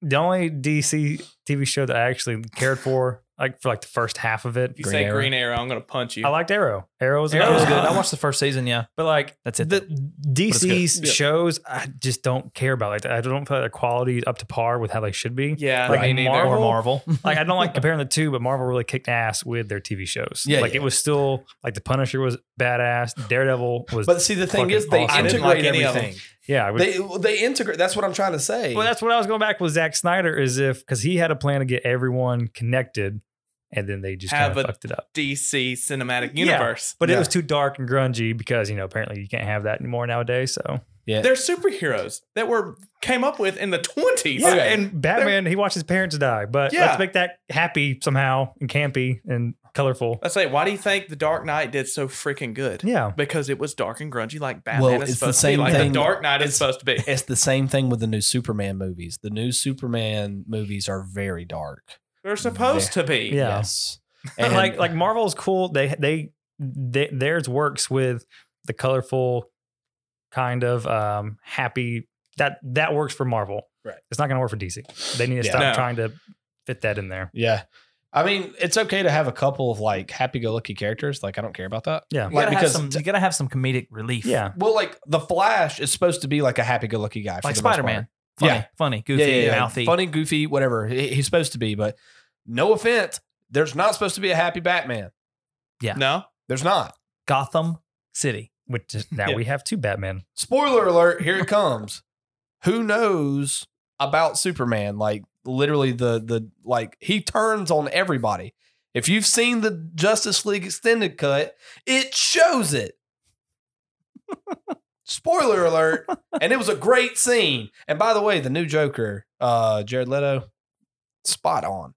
S4: The only DC TV show that I actually cared for like for like the first half of it.
S3: If you
S1: Green
S3: say
S1: Arrow.
S3: Green Arrow, I'm gonna punch you.
S4: I liked Arrow. Arrow was, a
S2: Arrow was good. I
S4: one.
S2: watched the first season. Yeah,
S4: But like
S2: that's it.
S4: the
S2: it's
S4: DC's
S3: good. Yeah.
S4: shows, I just don't care about. Like I don't feel like their quality is up to par with how they should be.
S3: yeah,
S4: Like
S3: me
S4: Mar-
S3: neither.
S2: or
S4: Marvel?
S2: Marvel.
S4: Like I don't like comparing the two, but Marvel really kicked ass with their TV shows.
S1: Yeah,
S4: like
S1: yeah.
S4: it was still like the Punisher was badass, Daredevil was
S1: But see, the thing
S4: Fucking
S1: is, they
S4: awesome. I
S3: didn't like
S1: integrate
S3: any of them.
S1: everything.
S4: yeah. it was-
S1: They they integrate. That's what I'm trying to say.
S4: well, that's what I was going back with Zack Snyder is if because he had a plan to get everyone connected, and then they just
S3: Have
S4: kind of
S3: a-
S4: fucked it up.
S3: DC cinematic
S4: Yeah.
S3: universe.
S4: But
S1: Yeah.
S4: it was too dark and grungy because you know apparently you can't have that anymore nowadays. So
S1: yeah.
S3: They're superheroes that were came up with in the 20s.
S1: Yeah. Okay.
S4: and Batman he watched his parents die, but
S3: Yeah.
S4: let's make that happy somehow and campy and colorful.
S3: I say, why do you think The Dark Knight did so freaking good?
S4: Yeah,
S3: Because it was dark and grungy, like Batman
S1: Well,
S3: is
S1: it's the
S3: supposed
S1: same
S3: to be. Like
S1: thing-
S3: The Dark Knight is
S1: it's-
S3: supposed to be.
S1: it's the same thing with the new Superman movies. The new Superman movies are very dark.
S3: They're supposed to be.
S4: Yeah.
S1: Yes.
S4: But like like Marvel's cool. They they, they theirs works with the colorful kind of um happy that that works for Marvel.
S1: Right.
S4: It's not going to work for DC. They need to
S1: Yeah.
S4: stop
S3: No.
S4: trying to fit that in there.
S1: Yeah. I mean, it's okay to have a couple of like happy-go-lucky characters. Like, I don't care about that.
S4: Yeah.
S2: You
S1: Like
S2: gotta have
S1: because
S2: some, you gotta have some comedic relief.
S4: Yeah.
S1: well, like the Flash is supposed to be like a happy-go-lucky guy, for
S2: like
S1: the most
S2: Spider Man.
S1: part.
S2: Funny,
S1: Yeah.
S2: funny, goofy,
S1: yeah, yeah, yeah.
S2: mouthy.
S1: funny, goofy, whatever. He- he's supposed to be. But no offense, there's not supposed to be a happy Batman.
S3: No?
S1: There's not.
S2: Gotham City.
S4: Which is, now
S3: Yeah.
S4: we have two Batman.
S1: spoiler alert here it comes who knows about superman like literally the the like he turns on everybody if you've seen the justice league extended cut it shows it spoiler alert and it was a great scene and by the way the new joker uh jared leto spot on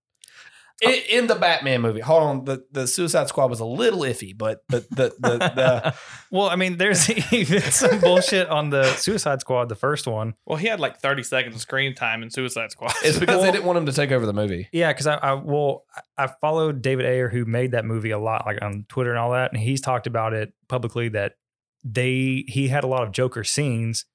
S1: I- in the batman movie hold on the, the suicide squad was a little iffy but the the the, the
S4: Well, I mean, there's even some bullshit on the Suicide Squad, the first one.
S3: Well, he had like 30 seconds of screen time in Suicide Squad.
S1: it's because they didn't want him to take over the movie
S4: Yeah, because I, I well, I I followed David Ayer who made that movie a lot, like on Twitter and all that, and he's talked about it publicly that they he had a lot of Joker scenes,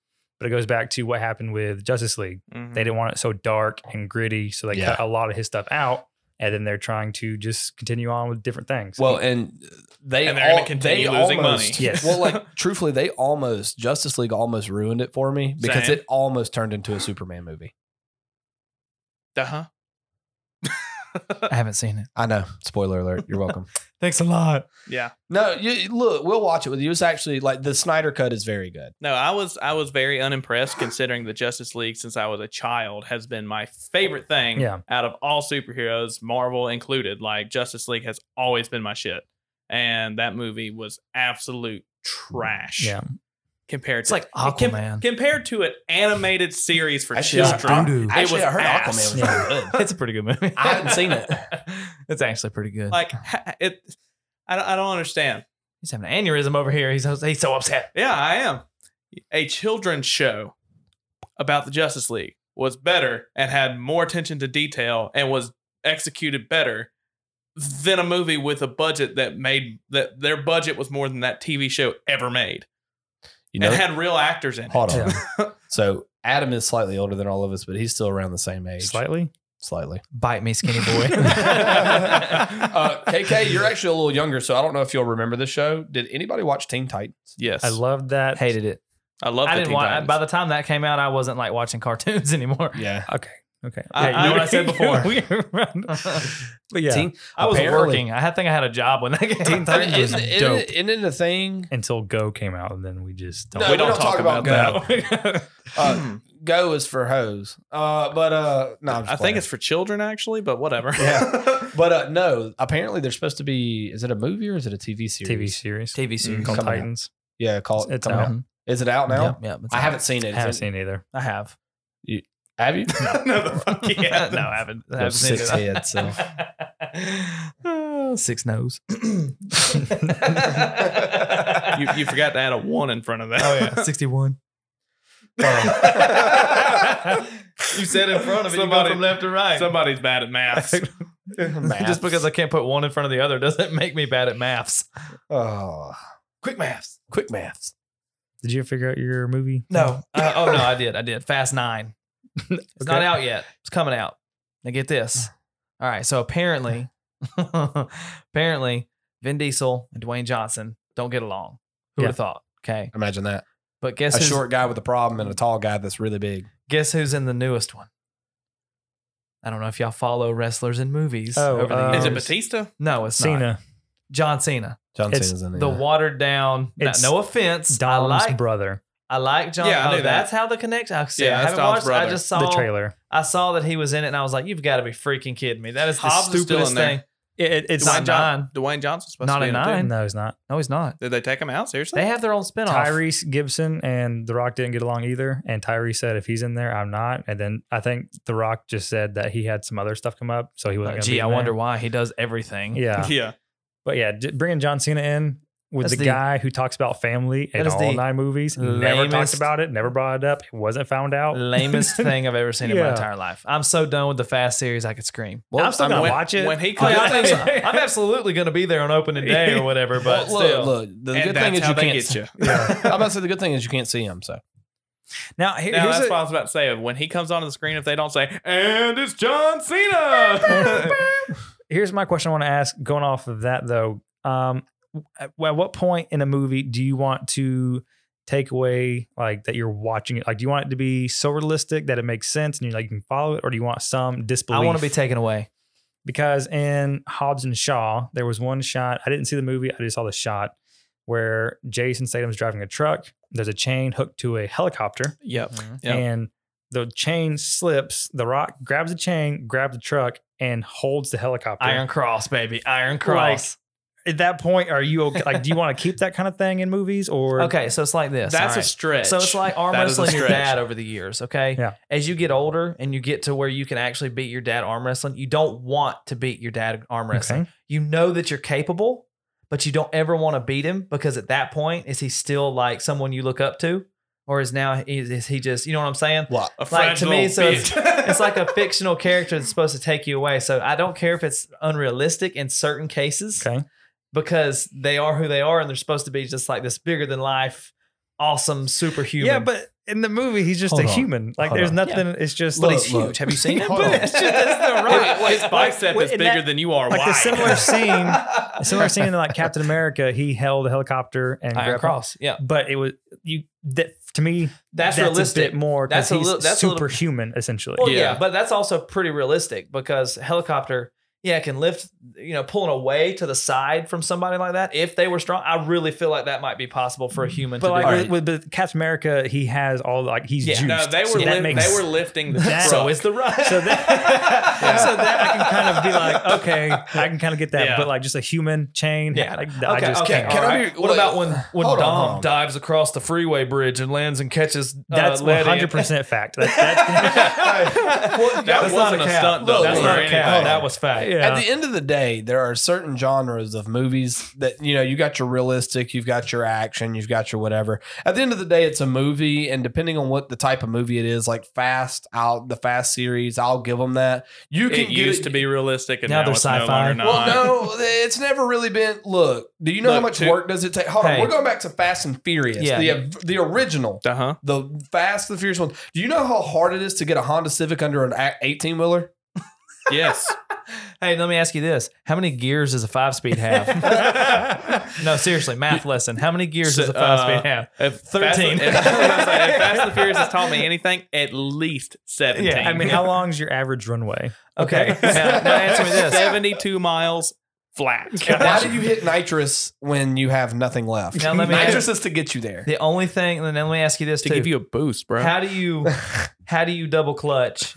S4: but it goes back to what happened with Justice League.
S3: Mhm.
S4: They didn't want it so dark and gritty, so they
S1: Yeah.
S4: cut a lot of his stuff out, and then they're trying to just continue on with different things.
S1: Well, and they
S3: And they're gonna
S1: al-
S3: continue
S1: they
S3: losing
S1: almost,
S3: money.
S4: Yes.
S1: Well, like truthfully, they almost Justice League almost ruined it for me because
S3: Same.
S1: it almost turned into a Superman movie.
S3: Uh-huh.
S2: I haven't seen it.
S1: I know. Spoiler alert. You're welcome.
S2: Thanks a lot.
S3: Yeah.
S1: no, you, look, we'll watch it with you. It's actually like the Snyder cut is very good.
S3: No, I was I was very unimpressed considering the Justice League since I was a child has been my favorite thing
S4: Yeah.
S3: out of all superheroes, Marvel included. Like Justice League has always been my shit. And that movie was absolute trash.
S4: Yeah.
S3: Compared
S2: It's
S3: to
S2: like
S3: com-
S2: Aquaman.
S3: compared to an animated series for
S1: Actually, I-
S3: children.
S2: doo-doo.
S3: It
S1: Actually,
S3: was
S1: I heard
S3: ass.
S1: Aquaman was
S4: Yeah.
S1: really good.
S2: it's a pretty good movie.
S1: I haven't seen it.
S2: it's actually pretty good.
S3: Like ha- it I don't, I don't understand.
S2: he's having an aneurysm over here. He's he's so upset.
S3: Yeah, I am. A children's show about the Justice League was better and had more attention to detail and was executed better than a movie with a budget that made that their budget was more than that TV show ever made.
S1: You know.
S3: and had real actors in
S1: Hold
S3: it.
S1: on. So Adam is slightly older than all of us, but he's still around the same age.
S4: slightly.
S1: Slightly.
S2: Bite me, skinny boy.
S1: Uh, KK, you're actually a little younger, so I don't know if you'll remember this show. Did anybody watch Teen Titans?
S3: Yes.
S4: I love that.
S2: hated it.
S3: I love
S2: I
S3: the
S2: didn't
S3: Teen
S2: want.
S3: Titans.
S2: By the time that came out, I wasn't like watching cartoons anymore.
S1: Yeah.
S4: Okay. Okay.
S3: I-
S4: Yeah, you know what I said before.
S2: I-
S4: but yeah.
S1: Teen,
S2: I was
S1: Apparently.
S2: working. I had- think I had a job when that came
S4: Teen
S2: out.
S1: I mean,
S4: Titans was
S1: isn't, isn't
S4: dope.
S1: it- isn't it a thing?
S4: Until Go came out, and then we just don't.
S1: No,
S3: we, don't talk, about,
S1: about
S3: that.
S1: Uh, go is for hoes. Uh, but uh, no, I'm just
S3: I think
S1: playing.
S3: it's for children actually, but whatever.
S1: Yeah. But uh, no, apparently they're supposed to be. Is it a movie or is it a TV series?
S4: TV series.
S2: TV series.
S4: called
S1: coming out.
S4: Titans.
S1: Yeah, call it.
S4: It's
S1: come
S4: out.
S1: out. Is it out now?
S2: Mm-hmm. Yep, yep, it's
S1: I
S2: out.
S1: haven't seen it.
S4: I
S1: Is
S4: haven't
S1: it-
S4: seen it either.
S2: I have.
S1: Have you?
S3: no, the fuck you haven't.
S2: no, I haven't. I
S1: Those
S2: haven't seen
S1: six
S2: it.
S1: heads, so.
S2: Uh, six no's.
S3: you, you forgot to add a one in front of that.
S2: Oh yeah, sixty-one.
S3: you
S2: said in front of it, you go from
S3: left to right. Somebody's bad at math.
S1: Maths.
S2: Just because I can't put one in front of the other doesn't make me bad at maths.
S1: oh,
S2: Quick maths.
S1: quick maths.
S4: Did you figure out your movie?
S2: No. Uh, oh no, I did. I did. Fast Nine. It's not
S4: Okay.
S2: out yet. It's coming out. Now get this. All right. So apparently, Apparently, Vin Diesel and Dwayne Johnson don't get along. Who would
S4: Yeah.
S2: have thought? Okay.
S1: Imagine that.
S2: But guess
S1: A
S2: who's,
S1: short guy with a problem and a tall guy that's really big.
S2: guess who's in the newest one? I don't know if y'all follow wrestlers in movies.
S4: Oh,
S2: over the
S4: uh,
S3: Is it
S2: years.
S3: Batista?
S2: No, it's Cena.
S4: Cena,
S2: John Cena.
S1: John
S4: It's
S1: Cena's in there.
S2: The watered down. no-
S4: It's
S2: no offense.
S4: Dom's
S2: I like.
S4: brother,
S2: I like John.
S3: Yeah, I
S2: oh,
S3: knew that.
S2: that's how the connection. I see,
S3: Yeah,
S2: I
S3: that's
S2: haven't
S3: Dom's
S2: watched. I
S3: brother.
S2: just saw
S4: the trailer.
S2: I saw that he was in it, and I was like, "You've got to be freaking kidding me! That is the
S3: Hobbs is still
S2: stupidest
S3: in there.
S2: thing."
S4: It, it- it's
S2: It's not
S3: Dwayne John-
S2: nine.
S3: Dwayne Johnson's supposed
S2: Not
S3: to be
S2: a
S3: in it, too.
S2: nine.
S4: no, it's not.
S2: No, he's not.
S3: Did they take him out? Seriously?
S2: They have their own spinoff.
S4: Tyrese Gibson and The Rock didn't get along either, and Tyrese said if he's in there, I'm not. And then I think The Rock just said that he had some other stuff come up, so he wasn't.
S2: Uh,
S4: gonna be
S2: gee, I
S4: in there.
S2: wonder why he does everything.
S4: Yeah,
S3: yeah.
S4: but yeah, j- bringing John Cena in with
S2: That's the-
S4: the, guy who talks about family
S2: That
S4: in
S2: is
S4: all
S2: the
S4: nine movies, never talked
S2: lamest-
S4: about it, never brought it up, it wasn't found out.
S2: Lamest thing I've ever seen in my
S4: Oh. Yeah.
S2: entire life. I'm so done with the Fast series. I could scream.
S1: Well,
S4: I'm still
S1: I
S4: gonna
S1: mean,
S4: watch it.
S3: When he
S2: Oh, yeah,
S3: comes
S2: I'm,
S3: out,
S2: abso- I'm absolutely going to be there on opening day or whatever. But
S1: well,
S2: still,
S1: look, look, the
S3: and
S1: good
S3: that's
S1: thing is
S3: how
S1: you
S3: they
S1: can't.
S3: get you.
S1: Yeah. I'm about to say the good thing is you can't see him. So
S4: Now here-
S3: Now,
S4: here's
S3: that's
S4: a-
S3: what I was about to say. When he comes onto the screen, if they don't say, and it's John Cena.
S4: here's my question I want to ask going off of that though. Um, at, at what point in a movie do you want to take away like that you're watching it? Like, do you want it to be so realistic that it makes sense and you like you can follow it, or do you want some disbelief?
S2: I want to be taken away.
S4: because in Hobbs and Shaw there was one shot. I didn't see the movie. I just saw the shot where Jason Statham's driving a truck. There's a chain hooked to a helicopter
S3: yep.
S4: Mm-hmm.
S3: Yep.
S4: and the chain slips. The rock grabs the chain, grabs the truck, and holds the helicopter
S2: Iron Cross, baby. Iron Cross.
S4: at that point, are you okay? like, do you want to keep that kind of thing in movies or
S2: okay, so it's like this.
S3: That's
S2: all
S3: a
S2: right.
S3: stretch.
S2: So it's like arm
S3: That is a
S2: wrestling your
S3: stretch.
S2: dad over the years, okay?
S4: Yeah.
S2: As you get older and you get to where you can actually beat your dad arm wrestling, you don't want to beat your dad arm wrestling.
S4: Okay.
S2: You know that you're capable, but you don't ever want to beat him because at that point, is he still like someone you look up to? Or is now, is, is he just, you know what I'm saying?
S1: what?
S3: a
S2: like, to
S3: fragile
S2: me, so it's-
S3: bitch.
S2: It's like a fictional character that's supposed to take you away. So I don't care if it's unrealistic in certain cases
S4: Okay.
S2: because they are who they are and they're supposed to be just like this bigger than life, awesome superhuman.
S4: Yeah, but in the movie, he's just
S1: Hold
S4: a
S1: on.
S4: human. Like,
S1: Hold
S4: there's
S1: on.
S4: nothing. It's just
S2: But
S1: Look,
S2: he's huge.
S1: look.
S2: Have you seen it?
S1: Hold on.
S2: It's just- it's the right-
S3: His bicep
S4: wait,
S3: is
S4: and
S3: bigger
S4: that-
S3: than you are.
S4: like
S3: wide.
S4: the similar scene. A similar scene in like Captain America, he held a helicopter and
S2: Iron
S4: grabbed
S2: Cross. Yeah,
S4: But it was you that to me
S2: that's,
S4: a
S2: realistic.
S4: bit more
S2: That's
S4: because
S2: a
S4: he's
S2: little- that's a little-
S4: superhuman essentially.
S2: Well, yeah.
S3: Yeah.
S2: but that's also pretty realistic because helicopter, yeah, can lift. You know, pulling away to the side from somebody like that, if they were strong, I really feel like that might be possible for a human
S4: But
S2: to
S4: like
S2: do.
S4: with, with but Captain America, he has all like he's
S2: Yeah.
S4: juiced.
S3: No, they were
S4: so that
S3: lif-
S4: makes-
S3: they were lifting the
S4: That-
S2: so
S3: truck.
S2: is the right.
S4: So that- so that I can kind of be like, okay, I can kind of get that,
S3: Yeah.
S4: but like just a human chain,
S2: Yeah.
S4: like, I
S2: Okay,
S4: just
S2: okay.
S4: can't.
S1: Can I
S2: all
S1: be-
S2: right. what about when when
S1: Hold on,
S2: Dom
S1: hold on.
S2: dives across the freeway bridge and lands and catches? uh,
S4: That's
S2: Letty?
S4: one hundred percent fact. That, that,
S3: that wasn't a
S2: cap.
S3: stunt, though.
S2: That's
S1: Look,
S2: not a
S1: look,
S4: oh,
S2: cap.
S1: hold
S2: That
S1: on.
S2: was fact.
S4: yeah.
S1: At the end of the day, there are certain genres of movies that you know you got your realistic, you've got your action, you've got your whatever. At the end of the day, it's a movie, and depending on what the type of movie it is, like Fast, out the Fast series, I'll give them that. You can
S3: it
S1: get
S3: used
S1: it-
S3: to be realistic, and
S2: Now
S3: now,
S2: they're
S3: it's no
S2: sci-fi.
S3: longer
S1: Well,
S3: not.
S1: no, it's never really been. Look, do you know how
S3: Look,
S1: much
S3: two-
S1: work does it take? Hold
S2: Hey.
S1: on, we're going back to Fast and Furious,
S2: Yeah.
S1: the the original.
S3: Uh huh.
S1: The Fast and the Furious one. Do you know how hard it is to get a Honda Civic under an eighteen wheeler?
S3: Yes.
S2: Hey, let me ask you this: How many gears does a five speed have? no, seriously, math lesson. How many gears does a
S3: So,
S2: five speed
S3: uh,
S2: have?
S3: If
S2: 13.
S3: Fast, if, if Fast and the Furious has taught me anything, at least 17.
S2: Yeah,
S4: I mean, how long's your average runway?
S2: Okay, now, now answer me this.
S3: 72 miles flat.
S1: Why do you hit nitrous when you have nothing left?
S2: Now let me-
S1: nitrous is to get you there.
S2: The only thing, and then let me ask you this too:
S3: a boost, bro.
S2: How do you, how do you double clutch?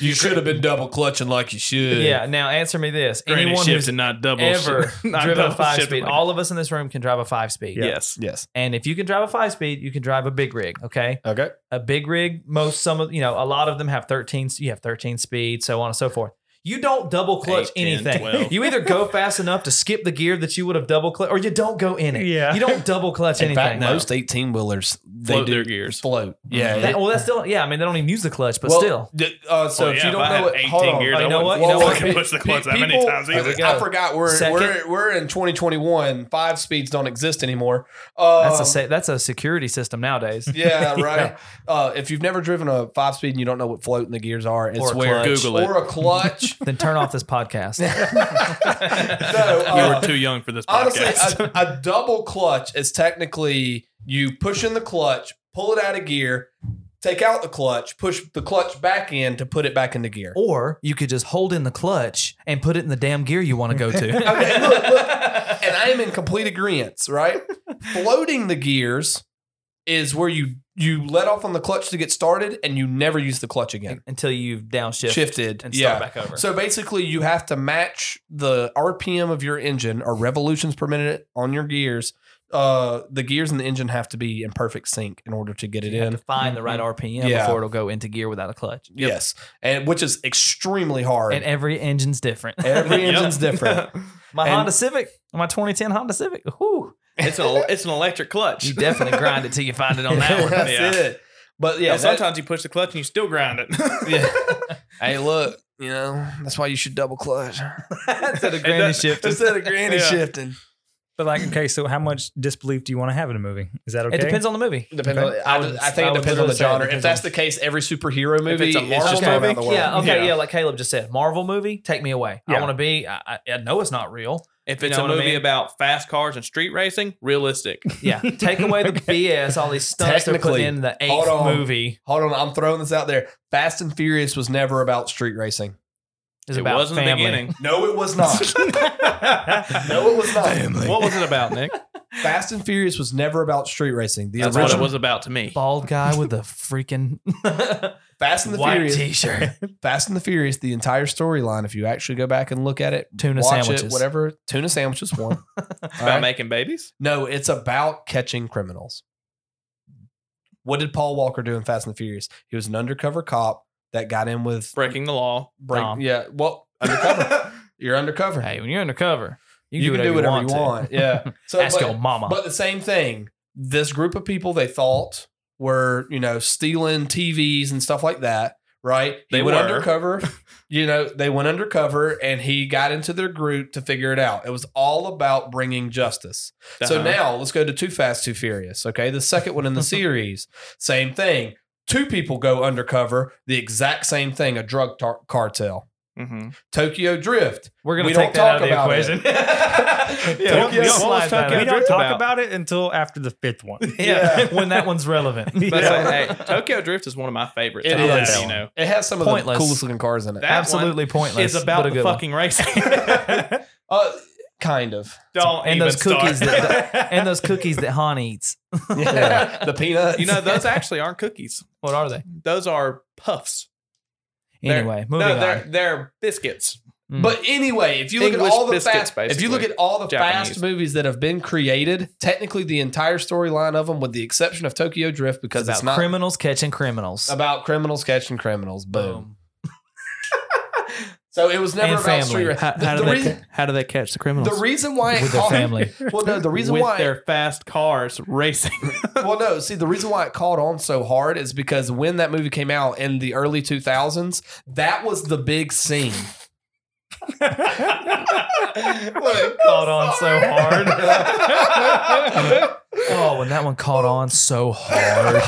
S1: You should have been double clutching like you should.
S2: Yeah. Now answer me this:
S3: Granny
S2: Anyone
S3: shifts
S2: who's
S3: and not double
S2: ever
S3: shift- not
S2: driven a
S3: double
S2: five
S3: shift
S2: speed,
S3: like-
S2: all of us in this room can drive a five speed.
S3: Yes.
S1: Yes.
S2: And if you can drive a five speed, you can drive a big rig. Okay.
S1: Okay.
S2: a big rig most some of you know a lot of them have 13 you have 13 speed so on and so forth you don't double clutch
S3: Eight, 10,
S2: anything
S3: 12.
S2: you either go fast enough to skip the gear that you would have double clutch or you don't go in it
S4: Yeah.
S2: you don't double clutch
S1: In
S2: anything Mm-hmm.
S1: fact, most eighteen wheelers they
S3: Float
S1: do
S3: their gears.
S1: float. Yeah.
S2: That- well that's still yeah i mean they don't even use the clutch but
S1: Well,
S2: still
S1: d- uh, so
S3: Well,
S1: if
S3: yeah,
S1: you
S3: if I
S1: don't
S3: had
S1: know it, hold
S3: 18
S1: on.
S3: gears,
S2: Oh, you
S3: I
S2: know what?
S3: wouldn't
S2: You know
S3: fucking
S1: what?
S3: push the
S1: Pe-
S3: clutch that many
S1: people-
S3: times
S2: There we
S3: either.
S2: go.
S1: I forgot we're
S2: Second-
S1: we're we're in 2021. Five speeds don't exist anymore. Uh,
S2: that's a sa- that's a security system nowadays
S1: yeah, right. Uh, if you've never driven a five speed and you don't know what float and the gears are, it's
S2: Or a
S1: where
S2: clutch.
S3: Google it.
S1: or a clutch age.
S2: Then turn off this podcast.
S1: no,
S3: you
S1: uh,
S3: were too young for this
S1: honestly,
S3: podcast.
S1: a, a double clutch is technically you push in the clutch, pull it out of gear, take out the clutch, push the clutch back in to put it back into gear.
S2: Or you could just hold in the clutch and put it in the damn gear you want to go to.
S1: Okay, look, look, and I am in complete agreement, right? Floating the gears is where you you let off on the clutch to get started and you never use the clutch again.
S2: Until you've downshift
S1: Shifted.
S2: and
S1: yeah.
S2: start back over.
S1: So basically you have to match the RPM of your engine or revolutions per minute on your gears. Uh the gears and the engine have to be in perfect sync in order to get it
S2: You have
S1: in.
S2: to find the right RPM
S1: Yeah.
S2: before it'll go into gear without a clutch.
S1: Yes. And which is extremely hard.
S2: And every engine's different.
S1: Every
S3: Yep.
S1: engine's different.
S2: my
S1: and-
S2: Honda Civic, my 2010 Honda Civic. Whew,
S3: it's an it's an electric clutch.
S2: you definitely grind it till you find it on that one.
S1: That's
S3: Yeah.
S1: it. But yeah,
S3: And
S1: that-
S3: sometimes you push the clutch and you still grind it.
S1: Yeah. hey, look, you know, that's why you should double clutch.
S2: Instead of
S3: It
S2: granny
S3: does-
S2: shift.
S1: Instead of granny
S3: Yeah.
S1: shifting.
S4: But like, okay, so how much disbelief do you want to have in a movie? Is that okay?
S2: It depends on the movie.
S1: Depends
S4: Okay.
S1: on, I,
S2: would-
S1: I think
S2: I
S1: it
S2: would
S1: depends on the
S2: literally say it
S1: genre. If
S2: depends
S1: that's
S2: on-
S1: the case, every superhero movie
S3: it's a
S1: is just all
S3: Marvel movie,
S1: around the world.
S2: Yeah, okay, yeah.
S3: Yeah.
S2: like Caleb just said, Marvel movie, take me away. I
S4: Yeah.
S2: want to be. I, I- I know it's not real.
S3: if
S2: You
S3: it's
S2: know
S3: a
S2: what I
S3: movie
S2: mean?
S3: about fast cars and street racing, realistic.
S2: Yeah, take away the BS, all these stunts they're
S1: Technically,
S2: putting in the
S1: hold
S2: eighth
S1: on.
S2: movie.
S1: Hold on, I'm throwing this out there. Fast and Furious was never about street racing.
S2: Is
S3: it
S2: about
S3: was in the
S2: family.
S3: beginning.
S1: No, it was not. no, it was not.
S3: What was it about, Nick?
S1: Fast and Furious was never about street racing. The
S3: That's what
S1: original
S3: it was about to me.
S2: Bald guy with a freaking
S1: Fast and the
S2: white
S1: Furious,
S2: T-shirt.
S1: Fast and the Furious, the entire storyline. If you actually go back and look at it,
S2: Tuna
S1: watch it,
S2: sandwiches.
S1: whatever. Tuna sandwiches, one. All
S3: About
S1: right?
S3: making babies?
S1: No, it's about catching criminals. What did Paul Walker do in Fast and the Furious? He was an undercover cop that got in with
S3: Breaking the law.
S1: break-
S2: Dom.
S1: yeah. Well, undercover. You're undercover.
S2: Hey, when you're undercover, you,
S1: you, can do whatever you want.
S2: to.
S1: Yeah. So,
S2: Ask
S1: but,
S2: your mama.
S1: but the same thing. This group of people they thought were you know stealing TVs and stuff like that. Right. He
S3: They
S1: went
S3: were.
S1: undercover. you know they went undercover and he got into their group to figure it out. It was all about bringing justice. So
S3: Uh-huh.
S1: now let's go to Too Fast, Too Furious. Okay. The second one in the series, same thing. Two people go undercover, the exact same thing, a drug tar- cartel.
S3: Mhm.
S1: Tokyo Drift.
S2: We're gonna
S1: we
S2: take
S1: don't
S2: that out of
S1: talk
S2: the
S1: about
S2: equation.
S4: Yeah,
S2: Don't-
S4: we don't-
S2: don't slide
S3: Tokyo
S2: that
S4: We
S2: out.
S3: Drift.
S4: don't talk
S3: about.
S4: about. it until after the fifth one.
S2: Yeah, when that one's relevant.
S3: But
S4: Yeah.
S3: I say, hey, Tokyo Drift is one of my favorites.
S1: It
S3: I love
S1: is.
S3: that, You know,
S1: It has some of
S2: Pointless.
S1: the coolest looking cars in it.
S3: That
S2: Absolutely pointless.
S3: it's about
S2: but a
S3: the
S2: good one.
S3: fucking racing.
S1: Uh, kind of.
S3: Don't
S2: And
S3: even
S2: those cookies
S3: start.
S2: and those cookies that Han eats.
S1: Yeah. the peanuts.
S3: you know, those actually aren't cookies.
S2: What are they?
S3: Those are puffs. They're-
S2: Anyway, moving
S3: No, they're
S2: on.
S3: they're biscuits.
S1: But anyway, if you look
S3: English
S1: at all the
S3: biscuits,
S1: fast, if you
S3: basically.
S1: look at all the fast
S3: Japanese.
S1: movies that have been created, technically the entire storyline of them, with the exception of Tokyo Drift, because
S2: It's
S1: it's,
S2: about
S1: not
S2: criminals catching criminals.
S1: about criminals catching criminals. Boom.
S2: Boom.
S1: So it was never
S2: And
S1: about
S2: family.
S1: street race. The, the reason,
S3: how do they catch the
S1: the
S3: criminals?
S1: reason why it
S2: With their
S1: caught,
S2: family.
S1: Well, no, the reason
S3: With
S1: why.
S3: their fast cars racing.
S1: well, no, see, the reason why it caught on so hard is because when that movie came out in the early 2000s, that was the big scene. Look,
S2: Caught on so hard.
S1: hard.
S2: oh, when that one caught on so hard.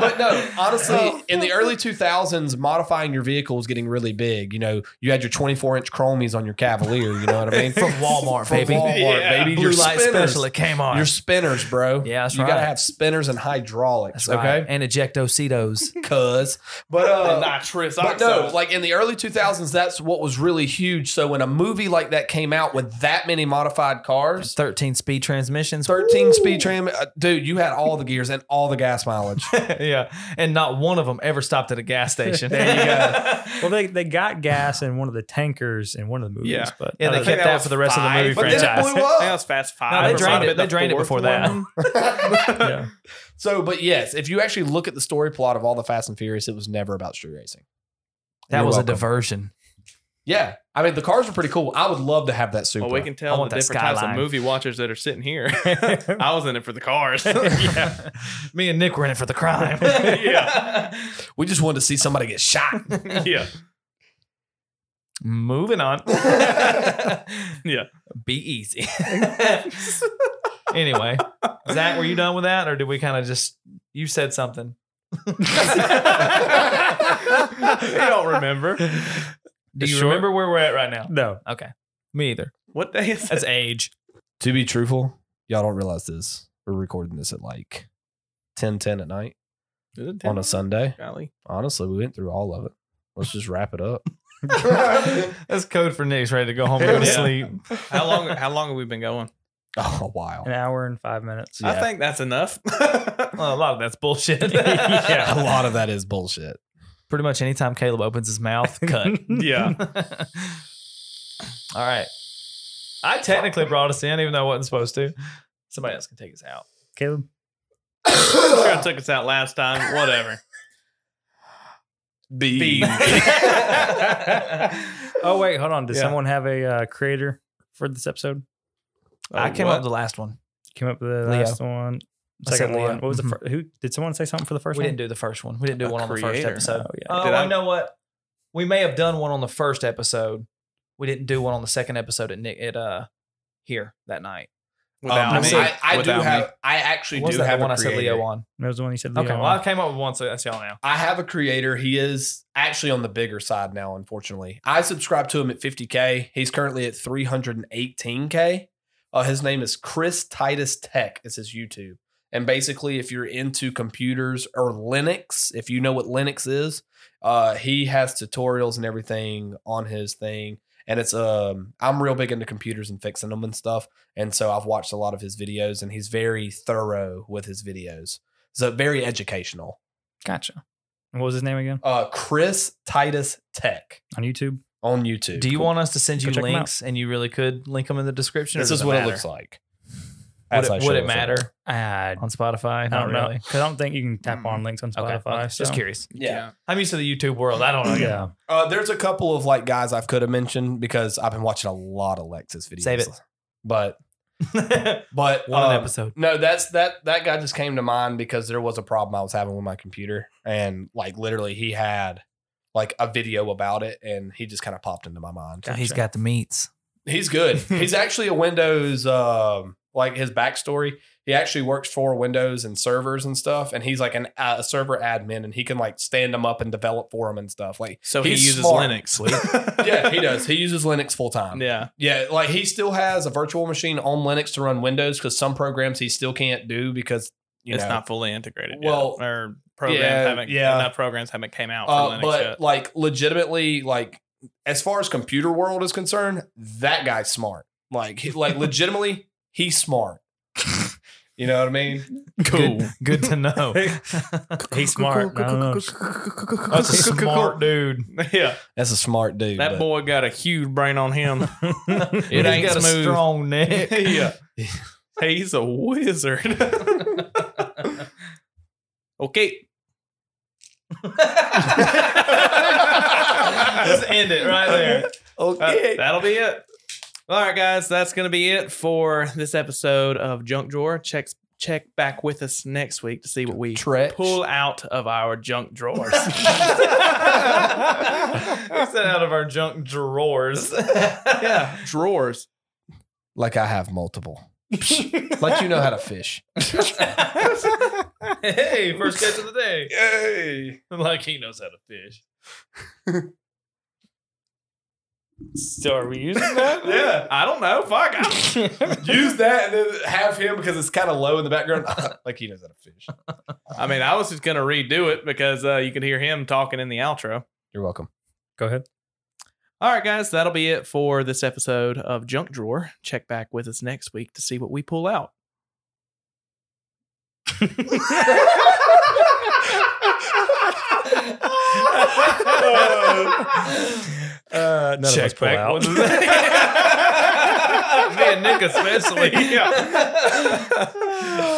S1: but no, honestly, in the early 2000s, modifying your vehicle was getting really big. You know, you had your 24 inch chromies on your Cavalier. You know what I mean?
S2: From Walmart,
S1: From
S2: baby.
S1: Walmart,
S3: Yeah.
S1: baby.
S2: Blue
S1: your
S2: light
S1: spinners.
S2: special. It came on.
S1: Your spinners, bro.
S2: Yeah, that's
S1: you gotta
S2: right.
S1: have spinners and hydraulics,
S2: That's
S1: okay?
S2: right. And ejectocitos.
S1: Cuz, but uh,
S3: nitrous
S1: but no, like in the early 2000s, that's what was really huge. So when a movie like that came out with that many modified cars,
S2: 13 speed transmissions.
S1: 13 speed tram, uh, dude, you had all the gears and all the gas mileage.
S2: yeah. And not one of them ever stopped at a gas station.
S1: There you go.
S4: well, they, they got gas in one of the tankers in one of the movies,
S3: Yeah.
S4: but
S2: Yeah, they
S1: Uh,
S4: other-
S3: think
S2: kept
S3: that
S2: that
S3: was
S2: for the rest of the
S3: five,
S2: movie
S1: but then it
S2: franchise.
S1: blew
S3: I think that
S1: up.
S3: was fast five.
S2: No, they
S3: or
S2: drained
S3: something.
S2: it. They drained it
S3: fourth
S2: before that.
S3: one.
S4: yeah.
S1: so, but yes, if you actually look at the story plot of all the Fast and Furious, it was never about street racing.
S2: That
S1: You're
S2: was
S1: welcome.
S2: a diversion.
S1: Yeah. I mean, the cars were pretty cool. I would love to have that super.
S3: Well, we can
S2: I
S3: tell
S2: want
S3: the
S2: that
S3: different types
S2: skyline.
S3: of movie watchers that are sitting here. I was in it for the cars.
S2: yeah. Me and Nick were in it for the crime.
S3: yeah.
S1: we just wanted to see somebody get shot.
S3: Yeah.
S2: Moving on.
S3: Yeah.
S2: Be easy. anyway, Zach, were you done with that, or did we kind of just you said something?
S3: you don't remember
S2: Do you
S4: Sure.
S2: remember where we're at right now?
S4: No.
S2: Okay. Me either.
S3: what day is
S2: That's
S3: it?
S2: age.
S1: To be truthful, y'all don't realize this. We're recording this at like 10 10 at night
S3: Is it
S1: on a
S3: 10?
S1: Sunday.
S3: Golly.
S1: Honestly, we went through all of it. Let's just wrap it up.
S2: That's code for Nick's ready to go home and go to
S3: Yeah.
S2: sleep.
S3: How long? How long have we been going?
S1: Oh, a while.
S4: An hour and five minutes.
S1: Yeah.
S3: I think that's enough.
S2: Well, a lot of that's bullshit.
S4: Yeah.
S1: A lot of that is bullshit.
S2: Pretty much anytime Caleb opens his mouth, cut.
S3: yeah.
S2: All right. I technically brought us in, even though I wasn't supposed to. Somebody else can take us out.
S4: Caleb.
S3: Sure took us out last time. Whatever.
S1: B.
S4: Oh wait, hold on. Does
S3: Yeah.
S4: someone have a uh, creator for this episode?
S2: I came
S3: what?
S2: up with the last one.
S4: Came up with the
S2: Leo.
S4: last one.
S2: I said
S4: Second
S2: Leo.
S4: one. What was the
S2: Mhm.
S4: first? Who did someone say something for the first
S2: we
S4: one?
S2: didn't do the first one. We didn't do
S3: A
S2: one on the first
S3: creator.
S2: episode.
S4: Oh, yeah.
S2: Oh,
S3: Did
S2: I,
S3: I-
S2: know what. We may have done one on the first episode. We didn't do one on the second episode at Nick at uh here that night.
S3: Without
S1: Um,
S3: me.
S1: I, I do
S3: Without me.
S1: have. I actually
S2: was
S1: do
S2: that
S1: have
S2: the one
S1: a
S2: I said
S1: creator.
S2: Leo on?
S4: That was the one you said.
S2: Okay,
S4: Leo
S2: well
S4: on.
S2: I came up with one, so that's y'all now.
S1: I have a creator. He is actually on the bigger side now, unfortunately. I subscribe to him at 50K. He's currently at 318K. Uh, his name is Chris Titus Tech. It's his YouTube. And basically, if you're into computers or Linux, if you know what Linux is, uh, he has tutorials and everything on his thing. And it's um, I'm real big into computers and fixing them and stuff. And so I've watched a lot of his videos, and he's very thorough with his videos. So very educational
S4: gotcha. And What was his name again
S1: uh, Chris Titus Tech
S4: on YouTube?
S1: on YouTube.
S2: Do you want us to send
S4: Go
S2: you
S4: check 'em out.
S2: links and you really could link them in the description? or
S1: This
S2: does
S1: is what
S2: matter?
S1: it looks like.
S2: Would
S1: As I
S2: it,
S1: show
S2: would
S1: for
S2: it matter
S4: I don't
S2: on Spotify? Not
S4: know.
S2: really. Mm.
S4: 'Cause I don't think you can tap on links on
S2: Okay,
S4: Spotify.
S2: okay,
S4: so. Oh,
S2: Just curious.
S1: Yeah.
S2: I'm used to the YouTube world. I don't know.
S4: Yeah.
S1: Uh, there's a couple of like guys I could have mentioned because I've been watching a lot of Lexus videos.
S2: Save it.
S1: But but
S2: One
S1: um,
S2: episode.
S1: No, that's that that guy just came to mind because there was a problem I was having with my computer and like literally he had like a video about it and he just kind of popped into my mind.
S2: He's got the meats.
S1: He's good. He's actually a Windows, um, like his backstory. He actually works for Windows and servers and stuff, and he's like an, uh, a server admin, and he can like stand them up and develop for them and stuff. Like,
S3: So he
S1: He's
S3: uses
S1: smart.
S3: Linux.
S1: yeah, he does. He uses Linux full time.
S3: Yeah.
S1: Yeah, like he still has a virtual machine on Linux to run Windows because some programs he still can't do because you
S3: it's
S1: know,
S3: not fully integrated.
S1: Well,
S3: yet, or programs
S1: yeah,
S3: haven't.
S1: yeah.
S3: enough programs haven't came out. For
S1: Uh,
S3: Linux
S1: but
S3: yet.
S1: like legitimately, like as far as computer world is concerned, that guy's smart. Like, he, like legitimately, he's smart. You know what I mean?
S2: Cool. Good, good to know.
S4: He's smart. I don't know.
S2: That's a smart dude.
S3: yeah,
S1: That's a smart dude.
S3: that boy got a huge brain on him.
S2: He's
S3: it ain't
S2: got
S3: smooth.
S2: a strong neck.
S3: yeah, he's a wizard. okay.
S2: Just end it right there.
S3: Uh,
S1: Okay.
S3: that'll be it. All right, guys, that's gonna be it for this episode of Junk Drawer. Check check back with us next week to see what we
S1: Tretch.
S3: pull out of our junk drawers.
S2: It's out of our junk drawers.
S3: yeah, drawers.
S1: Like I have multiple. like you know how to fish.
S2: hey, first catch of the day.
S3: Yay!
S2: Like he knows how to fish.
S4: So are we using that?
S3: Yeah, I don't know. Fuck. I-
S1: Use that and then have him because it's kind of low in the background. like he knows how to fish.
S3: I mean, I was just gonna redo it because uh, you could hear him talking in the outro.
S1: You're welcome.
S4: Go ahead.
S3: All right, guys, that'll be it for this episode of Junk Drawer. Check back with us next week to see what we pull out.
S4: Uh, none of us pull
S2: back
S4: out.
S2: with us. Me and Nick especially.
S3: Yeah.